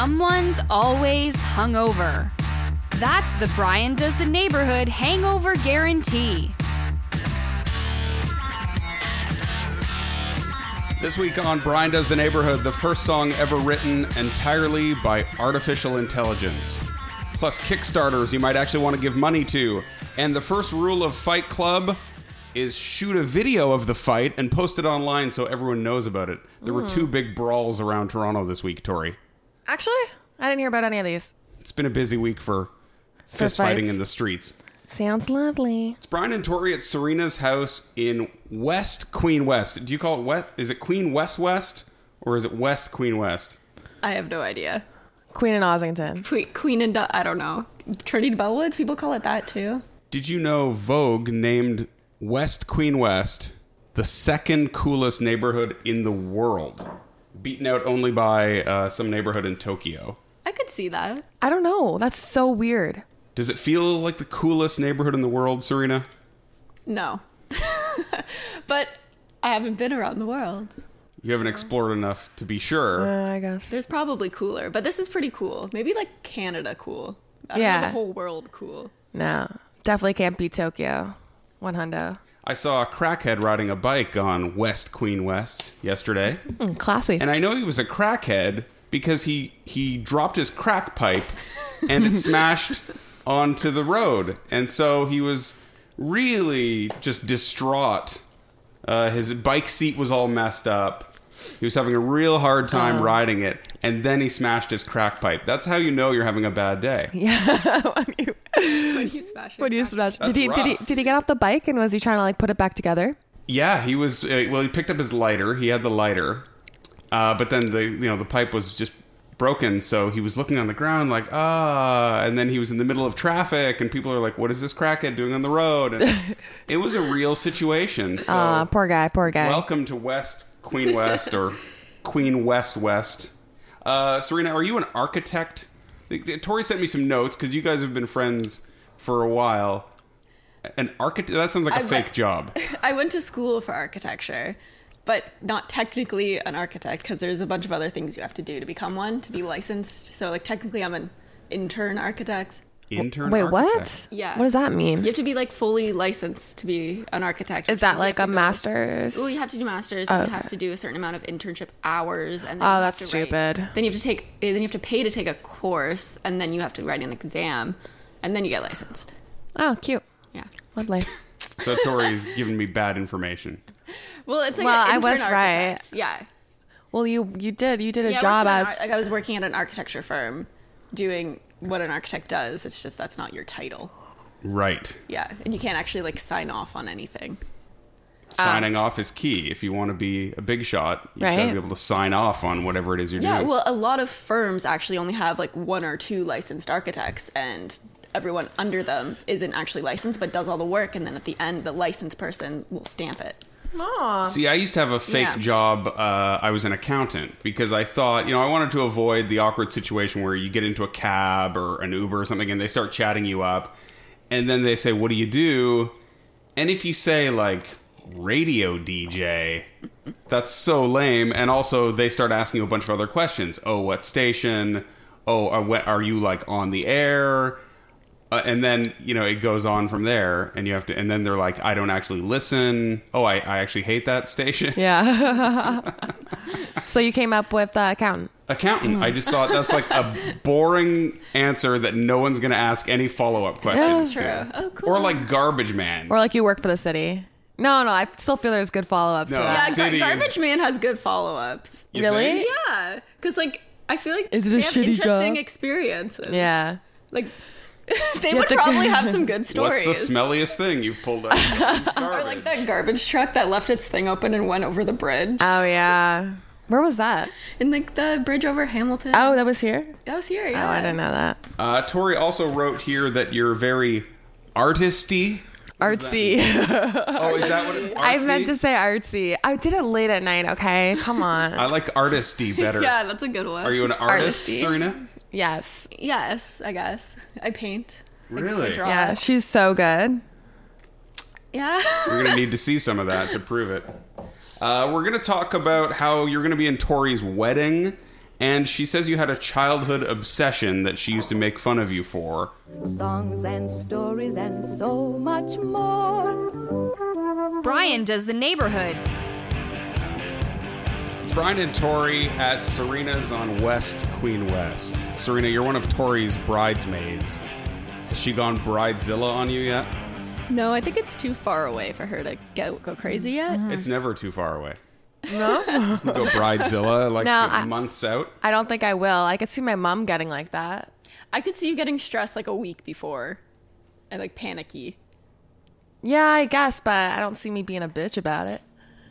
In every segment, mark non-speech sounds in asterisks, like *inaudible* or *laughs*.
Someone's always hungover. That's the Brian Does the Neighborhood Hangover Guarantee. This week on Brian Does the Neighborhood, the first song ever written entirely by artificial intelligence. Plus, Kickstarters you might actually want to give money to. And the first rule of Fight Club is shoot a video of the fight and post it online so everyone knows about it. There were two big brawls around Toronto this week, Tori. Actually, I didn't hear about any of these. It's been a busy week for fist fighting fights. in the streets. Sounds lovely. It's Brian and Tori at Serena's house in West Queen West. Do you call it West? Is it Queen West West or is it West Queen West? I have no idea. Queen and Ossington. Que- Queen and Du- I don't know. Trinity Bellwoods, people call it that too. Did you know Vogue named West Queen West the second coolest neighborhood in the world, beaten out only by uh, some neighborhood in Tokyo? I could see that. I don't know. That's so weird. Does it feel like the coolest neighborhood in the world, Serena? No. *laughs* but I haven't been around the world. You haven't explored enough to be Uh, sure. I guess. There's probably cooler, but this is pretty cool. Maybe like Canada cool. I don't know, Yeah. the whole world cool. No. Definitely can't be Tokyo. One hundo. I saw a crackhead riding a bike on West Queen West yesterday. Hmm, Mm, *laughs* classy. And I know he was a crackhead because he he dropped his crack pipe and it smashed onto the road. And so he was really just distraught. Uh, his bike seat was all messed up. He was having a real hard time riding it, and then he smashed his crack pipe. That's how you know you're having a bad day. yeah. when you, *laughs* When you smash it. when you back. smash. That's Did he, did he rough. did he get off the bike and was he trying to like put it back together? Yeah, he was. Uh, well, he picked up his lighter. He had the lighter, uh, but then the you know the pipe was just broken. So he was looking on the ground like ah, and then he was in the middle of traffic, and people are like, "What is this crackhead doing on the road?" *laughs* And it was a real situation. So Ah, poor guy, poor guy. welcome to West Queen West or Queen West West. Uh, Serena, are you an architect? Th- th- Tori sent me some notes because you guys have been friends for a while. An architect? That sounds like a I fake *laughs* went- job. I went to school for architecture, but not technically an architect because there's a bunch of other things you have to do to become one to be licensed. So like technically, I'm an intern architect. Intern. Wait, architect. what? Yeah. What does that mean? You have to be like fully licensed to be an architect. Is that like a master's? Well, you have to do masters. and You have to do a certain amount of internship hours, and then Oh, you have that's to write- stupid. Then you have to take. eh, Then you have to pay to take a course, and then you have to write an exam, and then you get licensed. Oh, cute. Yeah. *laughs* Lovely. So Tori's *laughs* giving me bad information. Well, it's like Well, an I was intern right. architect. Yeah. Well, you you did you did a Yeah, I job worked in an as ar- like I was working at an architecture firm, doing what an architect does. It's just that's not your title. Right. Yeah, and you can't actually like sign off on anything. Signing off is key. If you want to be a big shot, you have got Right. to be able to sign off on whatever it is you're Yeah, doing. well, a lot of firms actually only have like one or two licensed architects, and everyone under them isn't actually licensed but does all the work, and then at the end, the licensed person will stamp it. See, I used to have a fake Yeah. job. Uh, I was an accountant because I thought, you know, I wanted to avoid the awkward situation where you get into a cab or an Uber or something and they start chatting you up. And then they say, What do you do? And if you say, like, radio DJ, that's so lame. And also, they start asking you a bunch of other questions. Oh, what station? Oh, are, what, are you, like, on the air? uh, and then you know it goes on from there and you have to and then they're like i don't actually listen oh i, I actually hate that station yeah. *laughs* so you came up with uh, accountant. accountant i just thought that's like a *laughs* boring answer that no one's gonna ask any follow-up questions true. to. Oh, cool. or like garbage man Or like you work for the city. No, no, I still feel there's good follow ups No. for Yeah, that. Gar- City is- Garbage Man has good follow ups. You really? think? Yeah, because like I feel like Is it a they have shitty interesting job? experiences. Yeah. like *laughs* they have would to- probably *laughs* have some good stories. what's the smelliest thing you've pulled out *laughs* of Or garbage? like that garbage truck that left its thing open and went over the bridge. Oh yeah. Where was that? and like the bridge over Hamilton. Oh, that was here. that was here. Oh, Yeah. I didn't know that. uh, tori also wrote here that you're very artisty Artsy. oh is that what it, *laughs* I artsy? meant to say artsy. I did it late at night. Okay, *laughs* come on. i like *laughs* artisty better Yeah, that's a good one. are you an artist Artisty. serena yes. Yes, I guess. I paint. really draw. Yeah, she's so good. Yeah. We're gonna need to see some of that to prove it. Uh, we're gonna talk about how you're gonna be in Tori's wedding, And she says you had a childhood obsession that she used to make fun of you for. songs and stories and so much more. Brian does the neighborhood. It's Brian and Tori at Serena's on West Queen West. Serena, you're one of Tori's bridesmaids. Has she gone bridezilla on you yet? *laughs* No, I think it's too far away for her to get go crazy yet. Mm-hmm. Hmm. It's never too far away. No? Go bridezilla like No, I- months out. I don't think I will. I could see my mom getting like that. I could see you getting stressed like a week before, and like panicky. Yeah, I guess, but I don't see me being a bitch about it.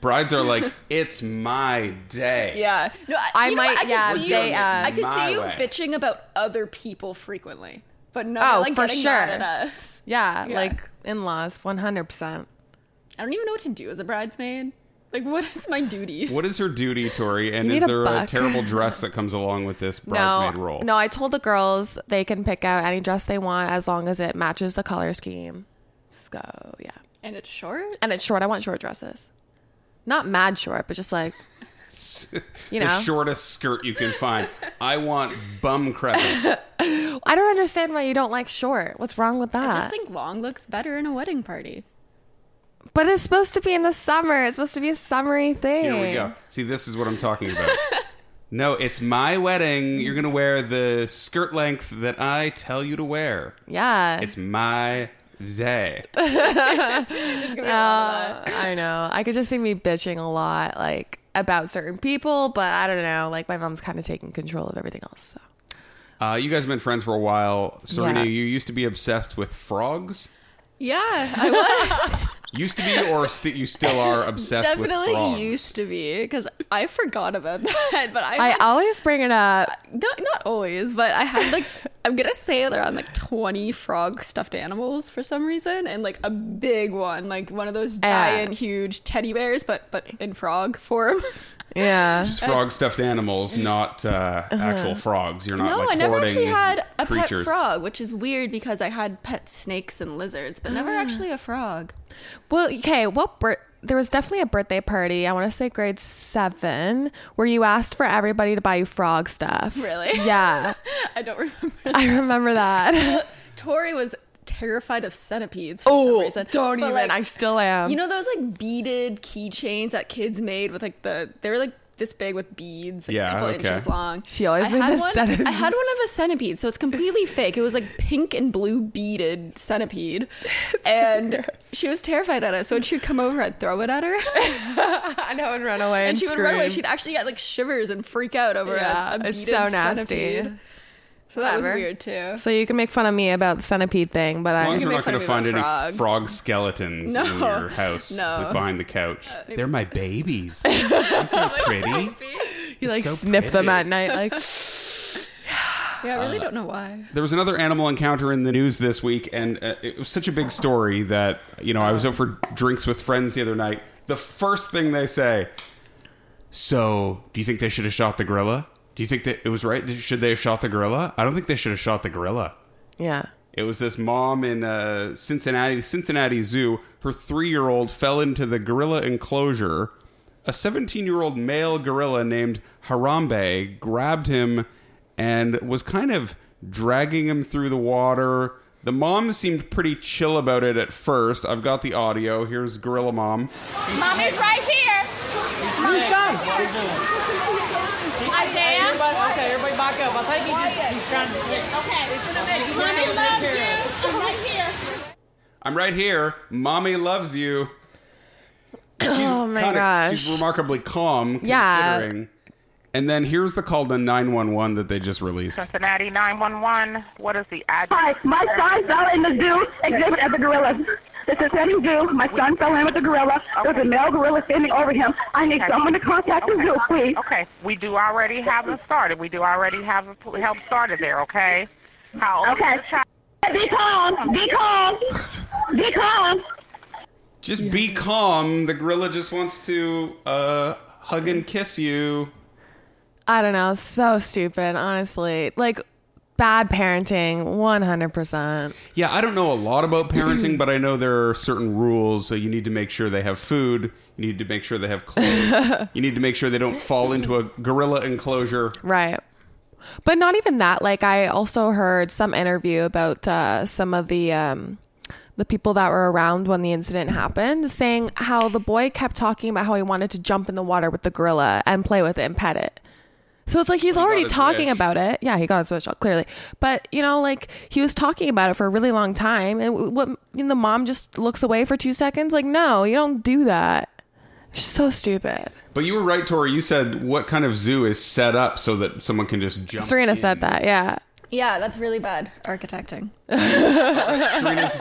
Brides are like, it's my day. Yeah. No, I, I you know what? might- I could yeah, uh, See day you, of. I could My see you way. bitching about other people frequently, but not Oh, like for getting mad sure. at us. Yeah, Yeah. like in laws, 100%. I don't even know what to do as a bridesmaid. Like, what is my duty? What is her duty, Tori? And You is need a there a, buck. *laughs* terrible dress that comes along with this No, bridesmaid role? no, I told the girls they can pick out any dress they want as long as it matches the color scheme. So, yeah. *laughs* And it's short. And it's short. I want short dresses. Not mad short, but just like, you *laughs* the know. shortest skirt you can find. I want bum crevice. I don't understand why you don't like short. What's wrong with that? I just think long looks better in a wedding party. but it's supposed to be in the summer. It's supposed to be a summery thing. Here we go. See, this is what I'm talking about. no, it's my wedding. You're gonna wear the skirt length that I tell you to wear. Yeah. It's my day. Uh, I know. I could just see me bitching a lot, like about certain people, but I don't know. Like my mom's kind of taking control of everything else. So. Uh, you guys have been friends for a while. Serena, Yeah. you used to be obsessed with frogs. Yeah, I was Used to be, or st- you still are obsessed with frogs. definitely used to be because I forgot about *laughs* that. But I, I always bring it up. not, not always, but I had like *laughs* I'm gonna say around like 20 frog stuffed animals for some reason, and like a big one, like one of those Yeah. giant, huge teddy bears, but but in frog form. *laughs* Yeah. It's frog stuffed animals, not uh, actual frogs. You're not Uh-huh. No, like I never hoarding actually had a creatures. pet frog, which is weird because I had pet snakes and lizards, but never actually a frog. Well, okay. What bir- there was definitely a birthday party. I want to say grade seven, where you asked for everybody to buy you frog stuff. Really? *laughs* Yeah. *laughs* I don't remember. I remember *laughs* that. Tori was terrified of centipedes for some reason. Oh, don't But, even. like, I still am. You know those like beaded keychains that kids made with like the they were like this big with beads, like, Yeah, a couple okay. inches long. She always I made had a one. centipede. I had one of a centipede, so it's completely fake. It was like pink and blue *laughs* beaded centipede, and she was terrified at it. So when she'd come over, I'd throw it at her, *laughs* I know, and run away. And, and she would run away. scream. She'd actually get like shivers and freak out over a- Yeah, a, beaded it's so nasty. centipede. So that Whatever. was weird *laughs* too. So you can make fun of me about the centipede thing, but As I long as You we're not make fun going of to me find any about frogs. frog skeletons No. in your house No. like, behind the *laughs* couch. They're my babies. Aren't they pretty? you like so sniff them pretty. at night, like. *laughs* Yeah, I Uh, really don't know why. There was another animal encounter in the news this week, and uh, it was such a big story that you know I was out for drinks with friends the other night. The first thing they say, "So, do you think they should have shot the gorilla? Do you think that it was right? Should they have shot the gorilla? I don't think they should have shot the gorilla." Yeah. It was this mom in uh, Cincinnati, Cincinnati Zoo. Her three-year-old fell into the gorilla enclosure. A 17-year-old male gorilla named Harambe grabbed him and was kind of dragging him through the water. The mom seemed pretty chill about it at first. I've got the audio. Here's Gorilla Mom. Mommy's right here. Mommy's done. Isaiah. Okay, everybody back up. I think he just, he's trying to switch. Okay. Mommy loves you. I'm right here. I'm right here. Mommy loves you. She's oh my She's gosh. remarkably calm Yeah. considering. And then here's the call to 911 that they just *laughs* released. Cincinnati 911. What is the address? Hi, my son fell in the zoo exhibit at the gorillas. The Cincinnati Zoo. My son fell in with a gorilla. There was a male gorilla standing over him. I need someone to contact the zoo, please. Okay, we do already have them started. We do already have a- help started there. Okay. How old Okay. is the child? Be calm. Be calm. Be calm. Just be calm. The gorilla just wants to uh, hug and kiss you. I don't know. So stupid, honestly. Like, bad parenting, 100%. Yeah, I don't know a lot *clears throat* about parenting, but I know there are certain rules. So you need to make sure they have food. You need to make sure they have *laughs* clothes. you need to make sure they don't fall into a gorilla enclosure. Right. But not even that. Like I also heard some interview about uh, some of the um, the people that were around when the incident happened, saying how the boy kept talking about how he wanted to jump in the water with the gorilla and play with it and pet it. So it's like he's already his talking wish. about it. Yeah, he got his wish out clearly, but you know, like he was talking about it for a really long time, and w- what and the mom just looks away for two seconds. Like, no, you don't do that. She's so stupid. But you were right, Tori. You said what kind of zoo is set up so that someone can just jump? Serena in? said that. Yeah. Yeah, that's really bad architecting. Serena's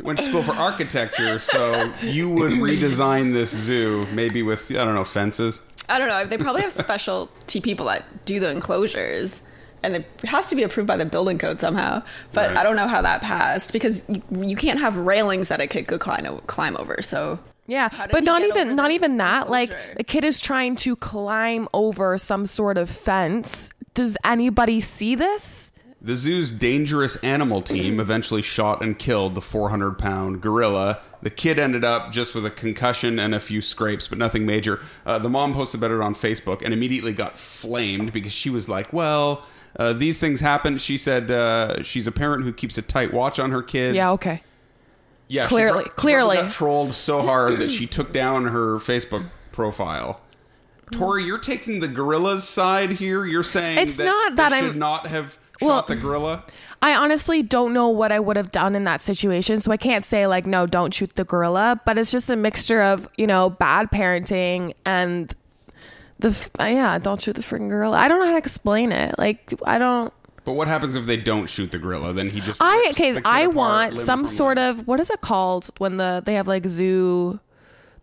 went to school for architecture, so you would redesign this zoo maybe with I don't know fences. I don't know. They probably have specialty people that do the enclosures, and it has to be approved by the building code somehow. But Right. I don't know how that passed because you, you can't have railings that a kid could climb o- climb over. So Yeah, How did but he not get even over not this even that. Like enclosure? a kid is trying to climb over some sort of fence. Does anybody see this? The zoo's dangerous animal team eventually shot and killed the 400 pound gorilla. The kid ended up just with a concussion and a few scrapes, but nothing major. Uh, the mom posted about it on Facebook and immediately got flamed because she was like, Well, uh, these things happen. She said uh, she's a parent who keeps a tight watch on her kids. Yeah, okay. Yeah, she Clearly- prob- clearly. got trolled so hard that she took down her Facebook profile. Tori, you're taking the gorilla's side here. You're saying It's that not they that should I'm- not have Well- shot the gorilla. I honestly don't know what I would have done in that situation, so I can't say like no, don't shoot the gorilla, but it's just a mixture of, you know, bad parenting and the f- uh, yeah, don't shoot the freaking gorilla. I don't know how to explain it. Like I don't But what happens if they don't shoot the gorilla? Then he just I rips okay. the kid I apart want limb some from sort limb. of what is it called when the they have like zoo,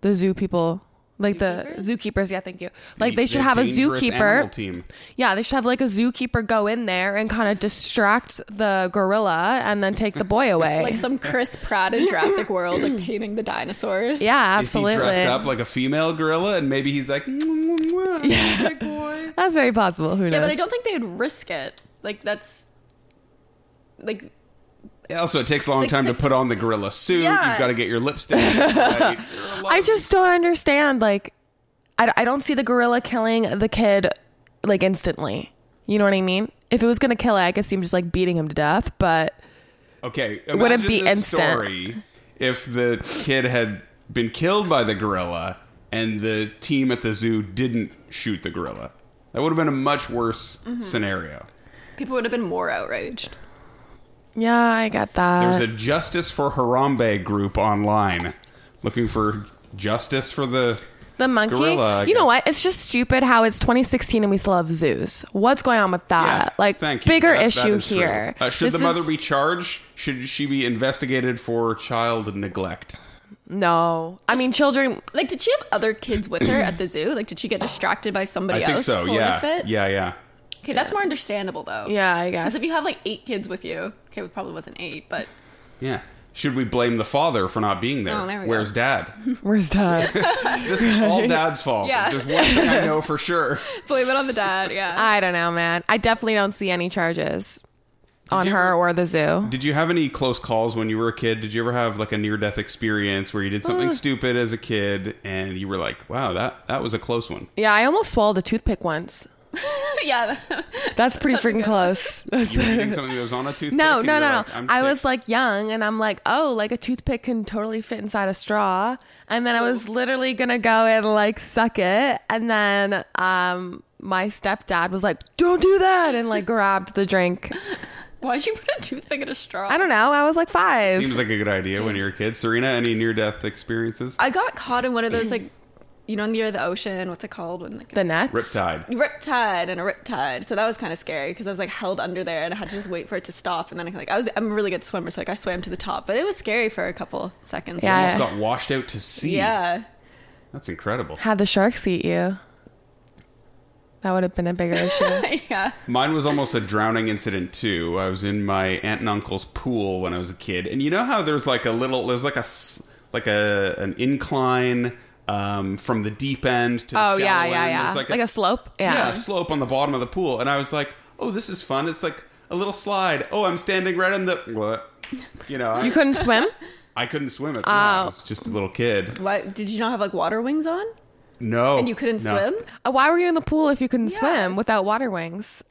the zoo people, like the zookeepers. Yeah, thank you. Like The- they should the have a dangerous animal zookeeper. team. Yeah, they should have like a zookeeper go in there and kind of distract the gorilla and then take the boy away. *laughs* like some Chris Pratt *laughs* in Jurassic World obtaining the dinosaurs. yeah, Is he absolutely. dressed up like a female gorilla, and maybe he's like, "Mm, "Mwah, mwah, mwah, *laughs* I'm a big boy. That's very possible. Who knows? yeah, but I don't think they'd risk it. Like that's like Also, it takes a long *laughs* Like, time to it's- put on the gorilla suit. Yeah. You've got to get your lipstick. right. There are *laughs* a lot I of- just don't understand. Like, I, I don't see the gorilla killing the kid like instantly. You know what I mean? If it was gonna kill it, I could see him just like beating him to death, but. Okay. Would it imagine be this instant? Story if the kid had been killed by the gorilla and the team at the zoo didn't shoot the gorilla, that would have been a much worse Mm-hmm. scenario. people would have been more outraged. Yeah, I got that. There's a Justice for Harambe group online looking for justice for the. the monkey. gorilla, I you know guess. what? It's just stupid how it's 2016 and we still have zoos. What's going on with that? Yeah, Uh, like, thank you. bigger That- that issue is true. here. Uh, should This the mother is- be charged? Should she be investigated for child neglect? No, I mean children. Like, did she have other kids with her at the zoo? Like, did she get distracted by somebody I think else? so. pulling a Yeah. fit? Yeah. Yeah. Okay, that's more understandable though. Yeah, I guess. Because if you have like eight kids with you, okay, it probably wasn't eight, but Yeah. Should we blame the father for not being there? Oh, there we go. Where's *laughs* dad? *laughs* Where's dad? This is all dad's fault. Yeah. There's one thing I *laughs* know for sure. blame it on the dad. Yeah. I don't know, man. I definitely don't see any charges on you- her or the zoo. Did you have any close calls when you were a kid? Did you ever have like a near death experience where you did Mm. something stupid as a kid and you were like, wow, that, that was a close one? Yeah, I almost swallowed a toothpick once. *laughs* yeah. That's *laughs* pretty freaking close. *laughs* You were eating something that was on a toothpick? No, and no, you're no, like, no. I'm I sick. was like young and I'm like, oh, like a toothpick can totally fit inside a straw. And then I was literally going to go and like suck it. And then um, my stepdad was like, don't do that. And like grabbed the drink. Why'd you put a toothpick in a straw? I don't know. I was like five. Seems like a good idea when you're a kid. Serena, any near death experiences? I got caught in one of those *clears throat* like, you know, in the air of the ocean. What's it called? When like the nets. Riptide. riptide and a riptide. So that was kind of scary because I was like held under there and I had to just wait for it to stop. And then I like I was I'm a really good swimmer, so like I swam to the top, but it was scary for a couple seconds. Yeah. Almost got washed out to sea. Yeah. That's incredible. Had the sharks eat you. That would have been a bigger *laughs* issue. *laughs* yeah. Mine was almost a drowning incident too. I was in my aunt and uncle's pool when I was a kid, and you know how there's like a little, there's like a s- like a an incline um, from the deep end to the oh, yeah, shallow yeah, end? yeah. There's Like a, slope. Yeah. yeah, slope on the bottom of the pool, and I was like, oh, this is fun. It's like a little slide. Oh, I'm standing right on the what? You know, I, You couldn't *laughs* swim? I couldn't swim at the time. I Oh. was just a little kid. What did you not have like water wings on? No, And you couldn't no. swim? Uh, Why were you in the pool if you couldn't Yeah. swim without water wings?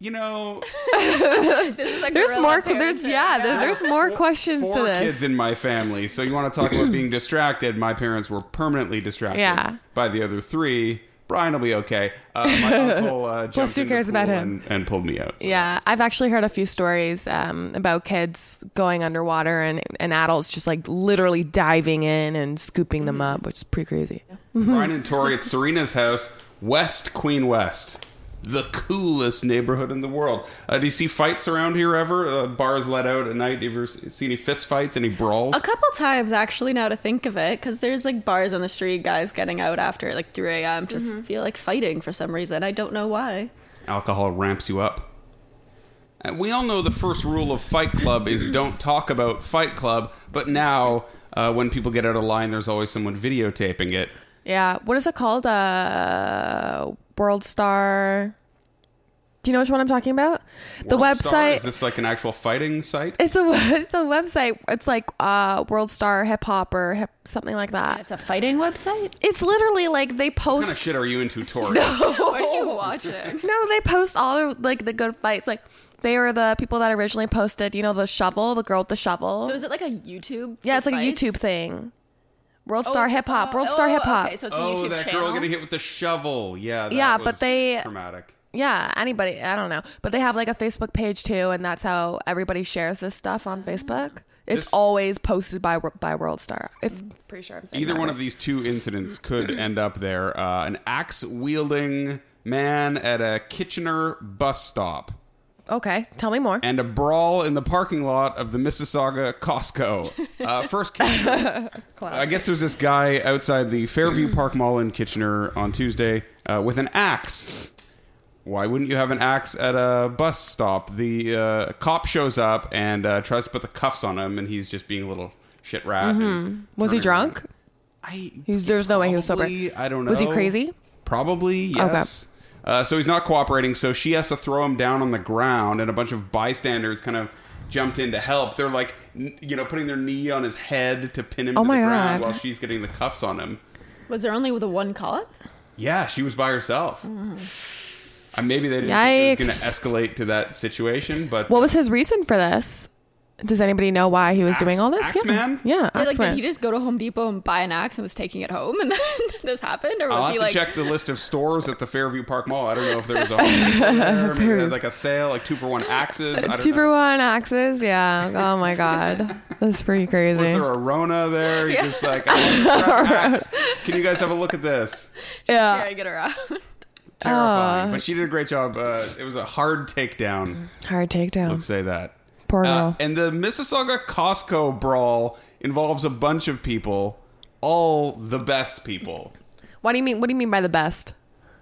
You *laughs* know, This is like There's gorilla more. parenting. There's yeah. there- There's more questions four to this. kids in my family. So you want to talk about being distracted? My parents were permanently distracted Yeah. by the other three. Brian will be okay. Uh, *laughs* my uncle uh, jumped Plus, who in the cares pool about and, him? and pulled me out. So Yeah, I've actually heard a few stories um, about kids going underwater and, and adults just like literally diving in and scooping them up, which is pretty crazy. *laughs* Brian and Tori at Serena's house, West Queen West, the coolest neighborhood in the world. Uh, do you see fights around here ever? Uh, bars let out at night. Do you ever see any fist fights? Any brawls? A couple times, actually, now to think of it, because there's like bars on the street, guys getting out after like 3 a.m. just Mm-hmm. feel like fighting for some reason. I don't know why. Alcohol ramps you up. Uh, we all know the first rule of Fight Club is don't talk about Fight Club, but now uh, when people get out of line, there's always someone videotaping it. Yeah, what is it called? Uh, World Star. Do you know which one I'm talking about? the World website. Star, is this like an actual fighting site? it's a *laughs* it's a website. It's like uh, World Star Hip Hop or hip, something like that. It's a fighting website? It's literally like they what kind of post shit are you *laughs* into, Tori? Why are you watching? No, they post all the like the good fights. Like they were the people that originally posted, you know, the shovel, the girl with the shovel. *laughs* So is it like a YouTube? yeah, it's like fights? a YouTube thing. World Oh, Star Hip Hop, oh, World Star oh, Hip Hop. Okay, so it's a Oh, YouTube that channel. girl getting hit with the shovel. Yeah. that Yeah, but was they- traumatic. yeah, anybody, I don't know, but they have like a Facebook page too, and that's how everybody shares this stuff on Facebook. It's Ah. This- Mm. always posted by Wor- by World Star. If pretty sure I'm saying Either that one right. of these two incidents *clears throat* could end up there. Uh, an axe wielding man at a Kitchener bus stop, Okay, tell me more. and a brawl in the parking lot of the Mississauga Costco. *laughs* Uh, first, Kitchener. I guess there's this guy outside the *clears throat* Fairview Park Mall in Kitchener on Tuesday uh, with an axe. Why wouldn't you have an axe at a bus stop? The uh, cop shows up and uh, tries to put the cuffs on him, and he's just being a little shit rat. and Mm-hmm. Was he turning around. drunk? I He was- there was no way he was sober. Probably, I don't know. Was he crazy? Probably, yes. Uh, so he's not cooperating, so she has to throw him down on the ground, and a bunch of bystanders kind of jumped in to help. They're like, n- you know, putting their knee on his head to pin him Oh to my the ground God. while she's getting the cuffs on him. Was there only the one cop? Yeah, she was by herself. Uh, maybe they didn't think it was Mm. Yikes. going to escalate to that situation, but What was his reason for this? Does anybody know why he was doing all this? Axe yeah, Man? yeah. Yeah, Axe like, Man. did he just go to Home Depot and buy an axe and was taking it home, and *laughs* then this happened, or was I'll have he to like? check the list of stores at the Fairview Park Mall. I don't know if there *laughs* was a Home Depot there, maybe they had, like a sale, like two for one axes. I don't Two for know. one axes, yeah. Oh *laughs* my god, that's pretty crazy. Was there a Rona there? *laughs* You're just like, I want to grab axe. can you guys have a look at this? Here yeah, I get around. Uh, *laughs* Oh. Terrifying. but she did a great job. Uh, it was a hard takedown. hard Let's takedown. say that. Mm-hmm. Poor Uh, girl. and the Mississauga Costco brawl involves a bunch of people, all the best people. What do you mean? What do you mean by the best?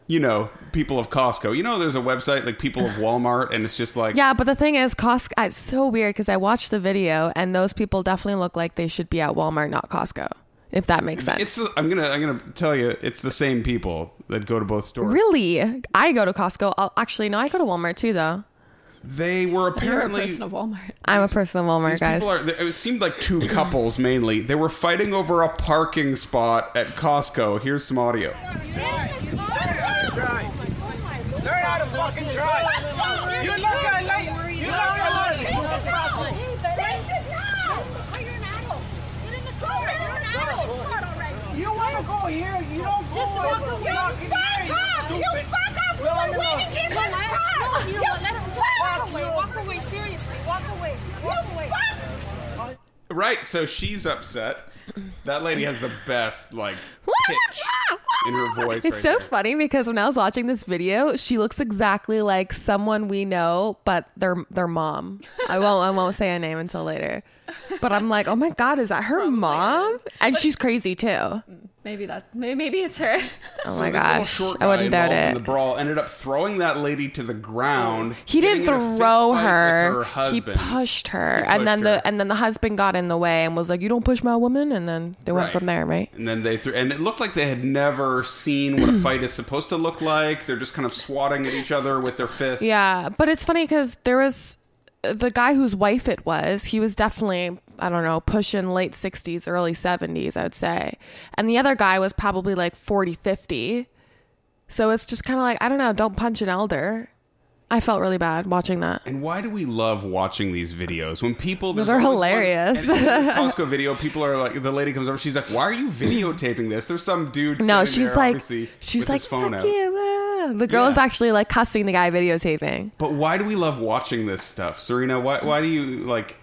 You know, people of Costco. You know, there's a website like People of Walmart, and it's just like, Yeah, but the thing is, Costco. It's so weird because I watched the video, and those people definitely look like they should be at Walmart, not Costco. If that makes sense. It's I'm gonna I'm gonna tell you it's the same people that go to both stores. really, I go to Costco. I'll, actually, no, I go to Walmart too, though. They were You're a apparently person of Walmart. I'm a person of Walmart, These guys. people are. It seemed like two couples mainly. They were fighting over a parking spot at Costco. Here's some audio. Learn how to fucking drive. You look at it like you look at it like you want to go here. You don't go. Just walk over away. fucking Fuck here, off. You stupid. fuck off. Well, We're no. waiting here for the car. You fuck. Walk away. Seriously. Walk away. Walk away. Right, so she's upset. That lady has the best like pitch in her voice. It's right so there. funny because when I was watching this video, she looks exactly like someone we know, but their their mom. I won't I won't say her name until later. But I'm like, oh my god, is that her mom? And she's crazy too. Maybe that. may- Maybe it's her. *laughs* Oh So my this little gosh. short I wouldn't guy involved doubt it. In the brawl ended up throwing that lady to the ground. he didn't getting in a fist throw fight with her. he husband. pushed her, He and pushed then her. the and then the husband got in the way and was like, "You don't push my woman." And then they went Right. from there, right? And then they threw, and it looked like they had never seen what a fight is supposed to look like. They're just kind of swatting at each other with their fists. Yeah, but it's funny because there was uh, the guy whose wife it was. He was definitely I don't know pushing late sixties, early seventies, I would say, and the other guy was probably like 40, 50. So it's just kind of like I don't know. Don't punch an elder. I felt really bad watching that. And why do we love watching these videos? When people Those there's are always one- hilarious. and in this *laughs* Costco video, people are like, the lady comes over, she's like, "Why are you videotaping this?" There's some dude. No, sitting she's there, like, obviously, she's with like, his phone fuck out. you. ah." The girl is Yeah. actually like cussing the guy videotaping. But why do we love watching this stuff, Serena? Why? Why do you like?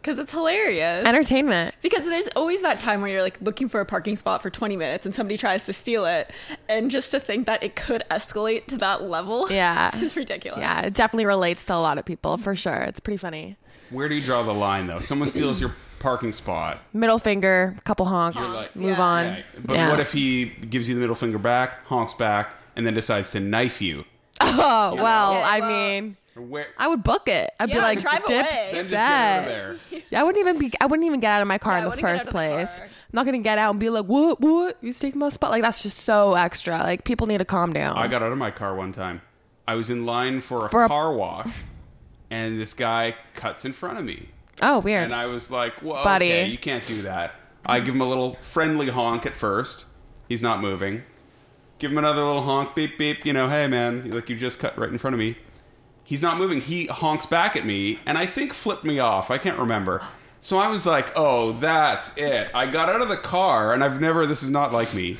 Because it's hilarious. Entertainment. Because there's always that time where you're like looking for a parking spot for 20 minutes and somebody tries to steal it. And just to think that it could escalate to that level *laughs* Yeah. is ridiculous. Yeah, it definitely relates to a lot of people for sure. It's pretty funny. Where do you draw the line, though? Someone steals your parking spot. Middle finger, couple honks, like- move Yeah. on. Right. But Yeah. what if he gives you the middle finger back, honks back, and then decides to knife you? *laughs* Oh well, Yeah, I well- mean, Where? I would book it. I'd be Yeah, like, drive dip away. Then just get out set. of there. *laughs* I wouldn't even be. I wouldn't even get out of my car Yeah, in I the wouldn't get out first of the place. car. I'm not gonna get out and be like, what, what? You taking my spot? Like that's just so extra. Like people need to calm down. I got out of my car one time. I was in line for a For a- car wash, and this guy cuts in front of me, oh weird. and I was like, "Well, Buddy. okay, you can't do that." I give him a little friendly honk at first. He's not moving. Give him another little honk, beep beep. You know, hey man, like you just cut right in front of me. He's not moving. He honks back at me, and I think flipped me off. I can't remember. So I was like, "Oh, that's it." I got out of the car, and I've never. This is not like *clears throat* me.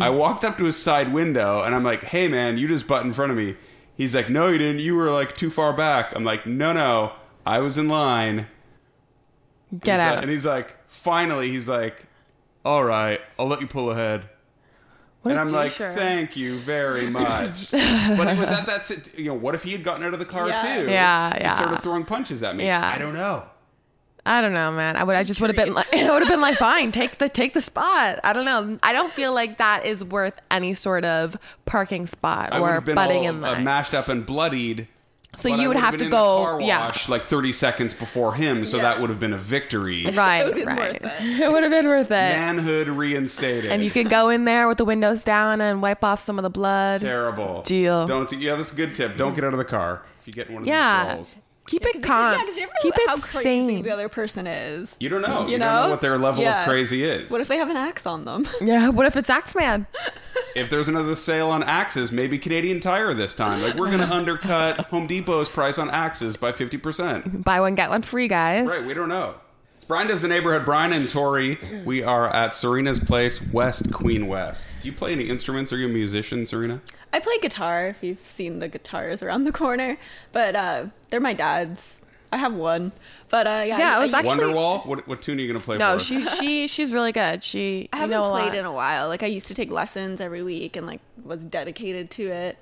I walked up to his side window, and I'm like, "Hey, man, you just butt in front of me." He's like, "No, you didn't. You were like too far back." I'm like, "No, no, I was in line." get He's out. like- and he's like, finally, he's like, all right, I'll let you pull ahead. What and a I'm like, doucher. thank you *laughs* very much. but it was at that, sit- you know, what if he had gotten out of the car Yeah. too? Yeah, He yeah. started throwing punches at me. Yeah. I don't know. I don't know, man. I would. I just would have been *laughs* like, I would have been like, *laughs* fine, take the take the spot. I don't know. I don't feel like that is worth any sort of parking spot I would or have been butting all in uh, line. mashed up and bloodied. so but I you would would've have been to in the go, car yeah, *laughs* wash, like 30 seconds before him, so Yeah. that would have been a victory. right, would've been right. *laughs* worth it would have been worth it. Manhood reinstated. And you could go in there with the windows down and wipe off some of the blood. terrible Deal. Don't. Yeah, that's a good tip. Don't get out of the car if you get in one of these Yeah. brawls. Keep it Yeah, calm. 'cause you never Keep know how it crazy sane. the other person is. You don't know. You, You don't know know? what their level Yeah. of crazy is. What if they have an axe on them? *laughs* Yeah. *laughs* What if it's Axeman? if there's another sale on axes, maybe Canadian Tire this time. Like we're gonna *laughs* undercut Home Depot's price on axes by fifty percent. Buy one, get one free, guys. Right? We don't know. It's Brian does the neighborhood. Brian and Tori. We are at Serena's place, West Queen West. Do you play any instruments? Are you a musician, Serena? I play guitar if you've seen the guitars around the corner, but uh, they're my dad's. I have one, but uh, yeah, Yeah, I, it was I, actually- Wonderwall. What, what tune are you gonna play? No, for us? she she she's really good. She I you haven't know a played lot. in a while. Like I used to take lessons every week and like was dedicated to it.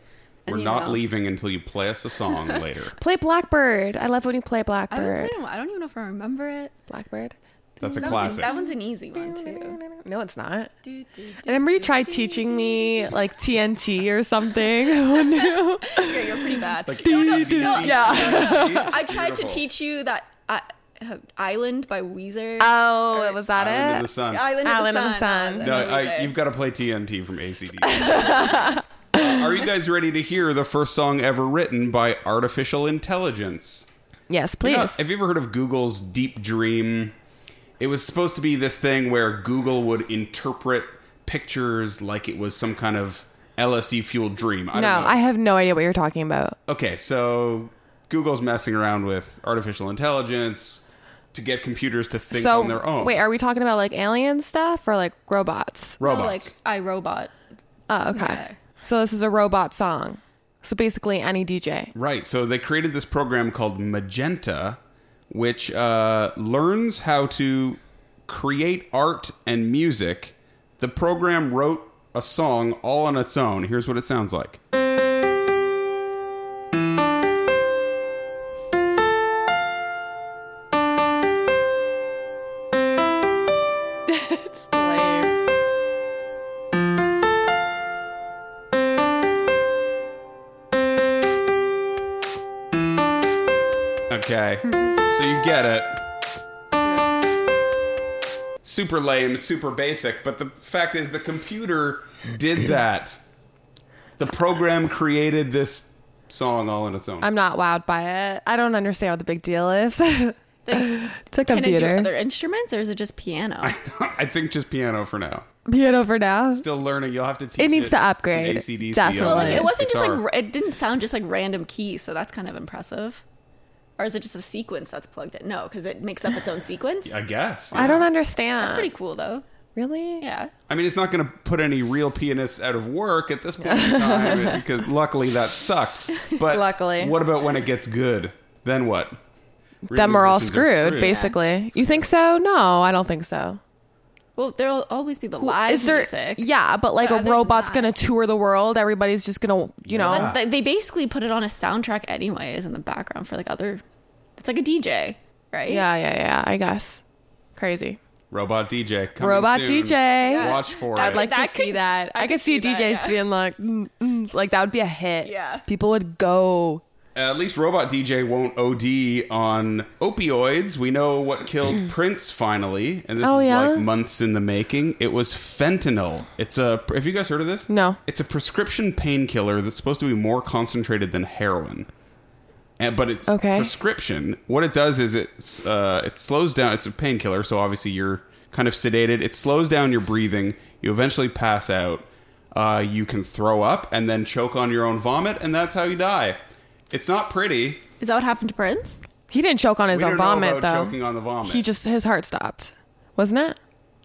And, We're you not know, leaving until you play us a song later. Play Blackbird. I love when you play I haven't Blackbird. played in a while. I don't even know if I remember it. Blackbird. That's a That one's, classic. that one's an easy one too. No, it's not. Do, do, I remember you tried teaching me like TNT or something. *laughs* Who knew? Yeah, you're pretty bad. Like, Yeah. I tried to Beautiful. teach you that I, uh, Island by Weezer. Oh, was that Island in the it? sun. Island, Island of the Sun. in the Sun. No, Island of the I, Weezer. you've got to play TNT from ACD. Uh, Are you guys ready to hear the first song ever written by artificial intelligence? Yes, You know, please. have you ever heard of Google's Deep Dream? It was supposed to be this thing where Google would interpret pictures like it was some kind of LSD fueled dream. I don't no, know. I have no idea what you're talking about. Okay, so Google's messing around with artificial intelligence to get computers to think so on their own. wait, are we talking about like alien stuff or like robots? No, robots? like iRobot. Oh, okay. So this is a robot song. So basically, any *laughs* DJ. Right. So they created this program called Magenta, which uh, learns how to create art and music. The program wrote a song all on its own. Here's what it sounds like. it's lame. Okay. so you get it. Super lame, super basic, but the fact is the computer did that. The program created this song all on its own. I'm not wowed by it. I don't understand what the big deal is. *laughs* it's a Can it do computer. other instruments or is it just piano? *laughs* I think just piano for now. Piano for now. Still learning. You'll have to teach It needs to some upgrade. AC/DC on Definitely. the Well, it wasn't just guitar. like ra- it didn't sound just like random keys, so that's kind of impressive. Or is it just a sequence that's plugged in? No, because it makes up its own sequence. I guess. I don't understand. That's pretty cool though. really? Yeah. I mean, it's not going to put any real pianists out of work at this point in *laughs* time because luckily that sucked. But Luckily. what about when it gets good? Then what? Then we're all Musicians are screwed, basically. You think so? No, I don't think so. Well, there'll always be the live Is there? music. Yeah, but like But other a than robot's that- gonna tour the world. Everybody's just gonna, you know. Yeah. They- They basically put it on a soundtrack anyways in the background for like other. It's like a DJ, right? Yeah, yeah, yeah. I guess. Crazy. Robot DJ. coming Robot soon. DJ. Watch for I'd it. like That to see could- that. I, could see, that, DJs yeah. being like, mm, mm, like that would be a hit. Yeah. people would go. at least Robot DJ won't OD on opioids. We know what *clears throat* killed Prince finally, and this Oh, is yeah? like months in the making. It was fentanyl. It's a. Have you guys heard of this? No. It's a prescription painkiller that's supposed to be more concentrated than heroin. And, but it's Okay. prescription. What it does is it uh, it slows down. It's a painkiller, so obviously you're kind of sedated. It slows down your breathing. You eventually pass out. Uh, you can throw up and then choke on your own vomit, and that's how you die. It's not pretty. Is that what happened to Prince? He didn't choke on his We own don't know vomit about though. choking on the vomit. He just his heart stopped, wasn't it?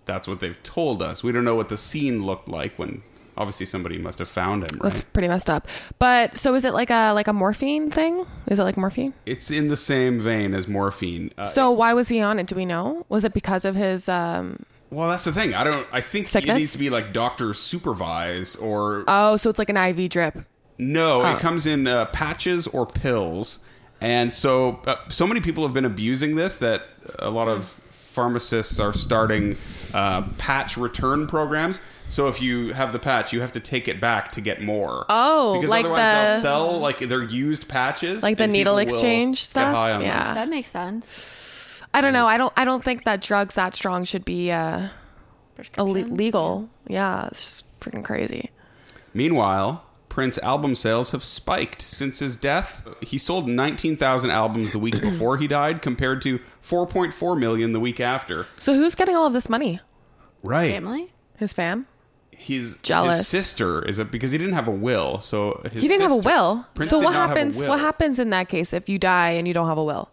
That's what they've told us. We don't know what the scene looked like when obviously somebody must have found him. Right? That's pretty messed up. But so is it like a like a morphine thing? Is it like morphine? It's in the same vein as morphine. Uh, So why was he on it? Do we know? Was it because of his? um Well, that's the thing. I don't. I think Sickness? it needs to be like doctor supervised or Oh, so it's like an IV drip. no. It comes in uh, patches or pills, and so uh, so many people have been abusing this that a lot of pharmacists are starting uh, patch return programs. So if you have the patch, you have to take it back to get more. Oh, because like otherwise the- they'll sell like their used patches, Like the and needle people will exchange get stuff? high on them. Yeah. That makes sense. I don't know. I don't. I don't think that drugs that strong should be uh ille- Prescription. legal. Yeah, it's just freaking crazy. Meanwhile, Prince album sales have spiked since his death. He sold 19,000 albums the week before he died compared to 4.4 million the week after. So who's getting all of this money? Right. Family. His fam? His, his Jealous. sister is a, because he didn't have a will. So his He didn't have a sister- will. Prince so did what not have a happens? will. What happens in that case if you die and you don't have a will?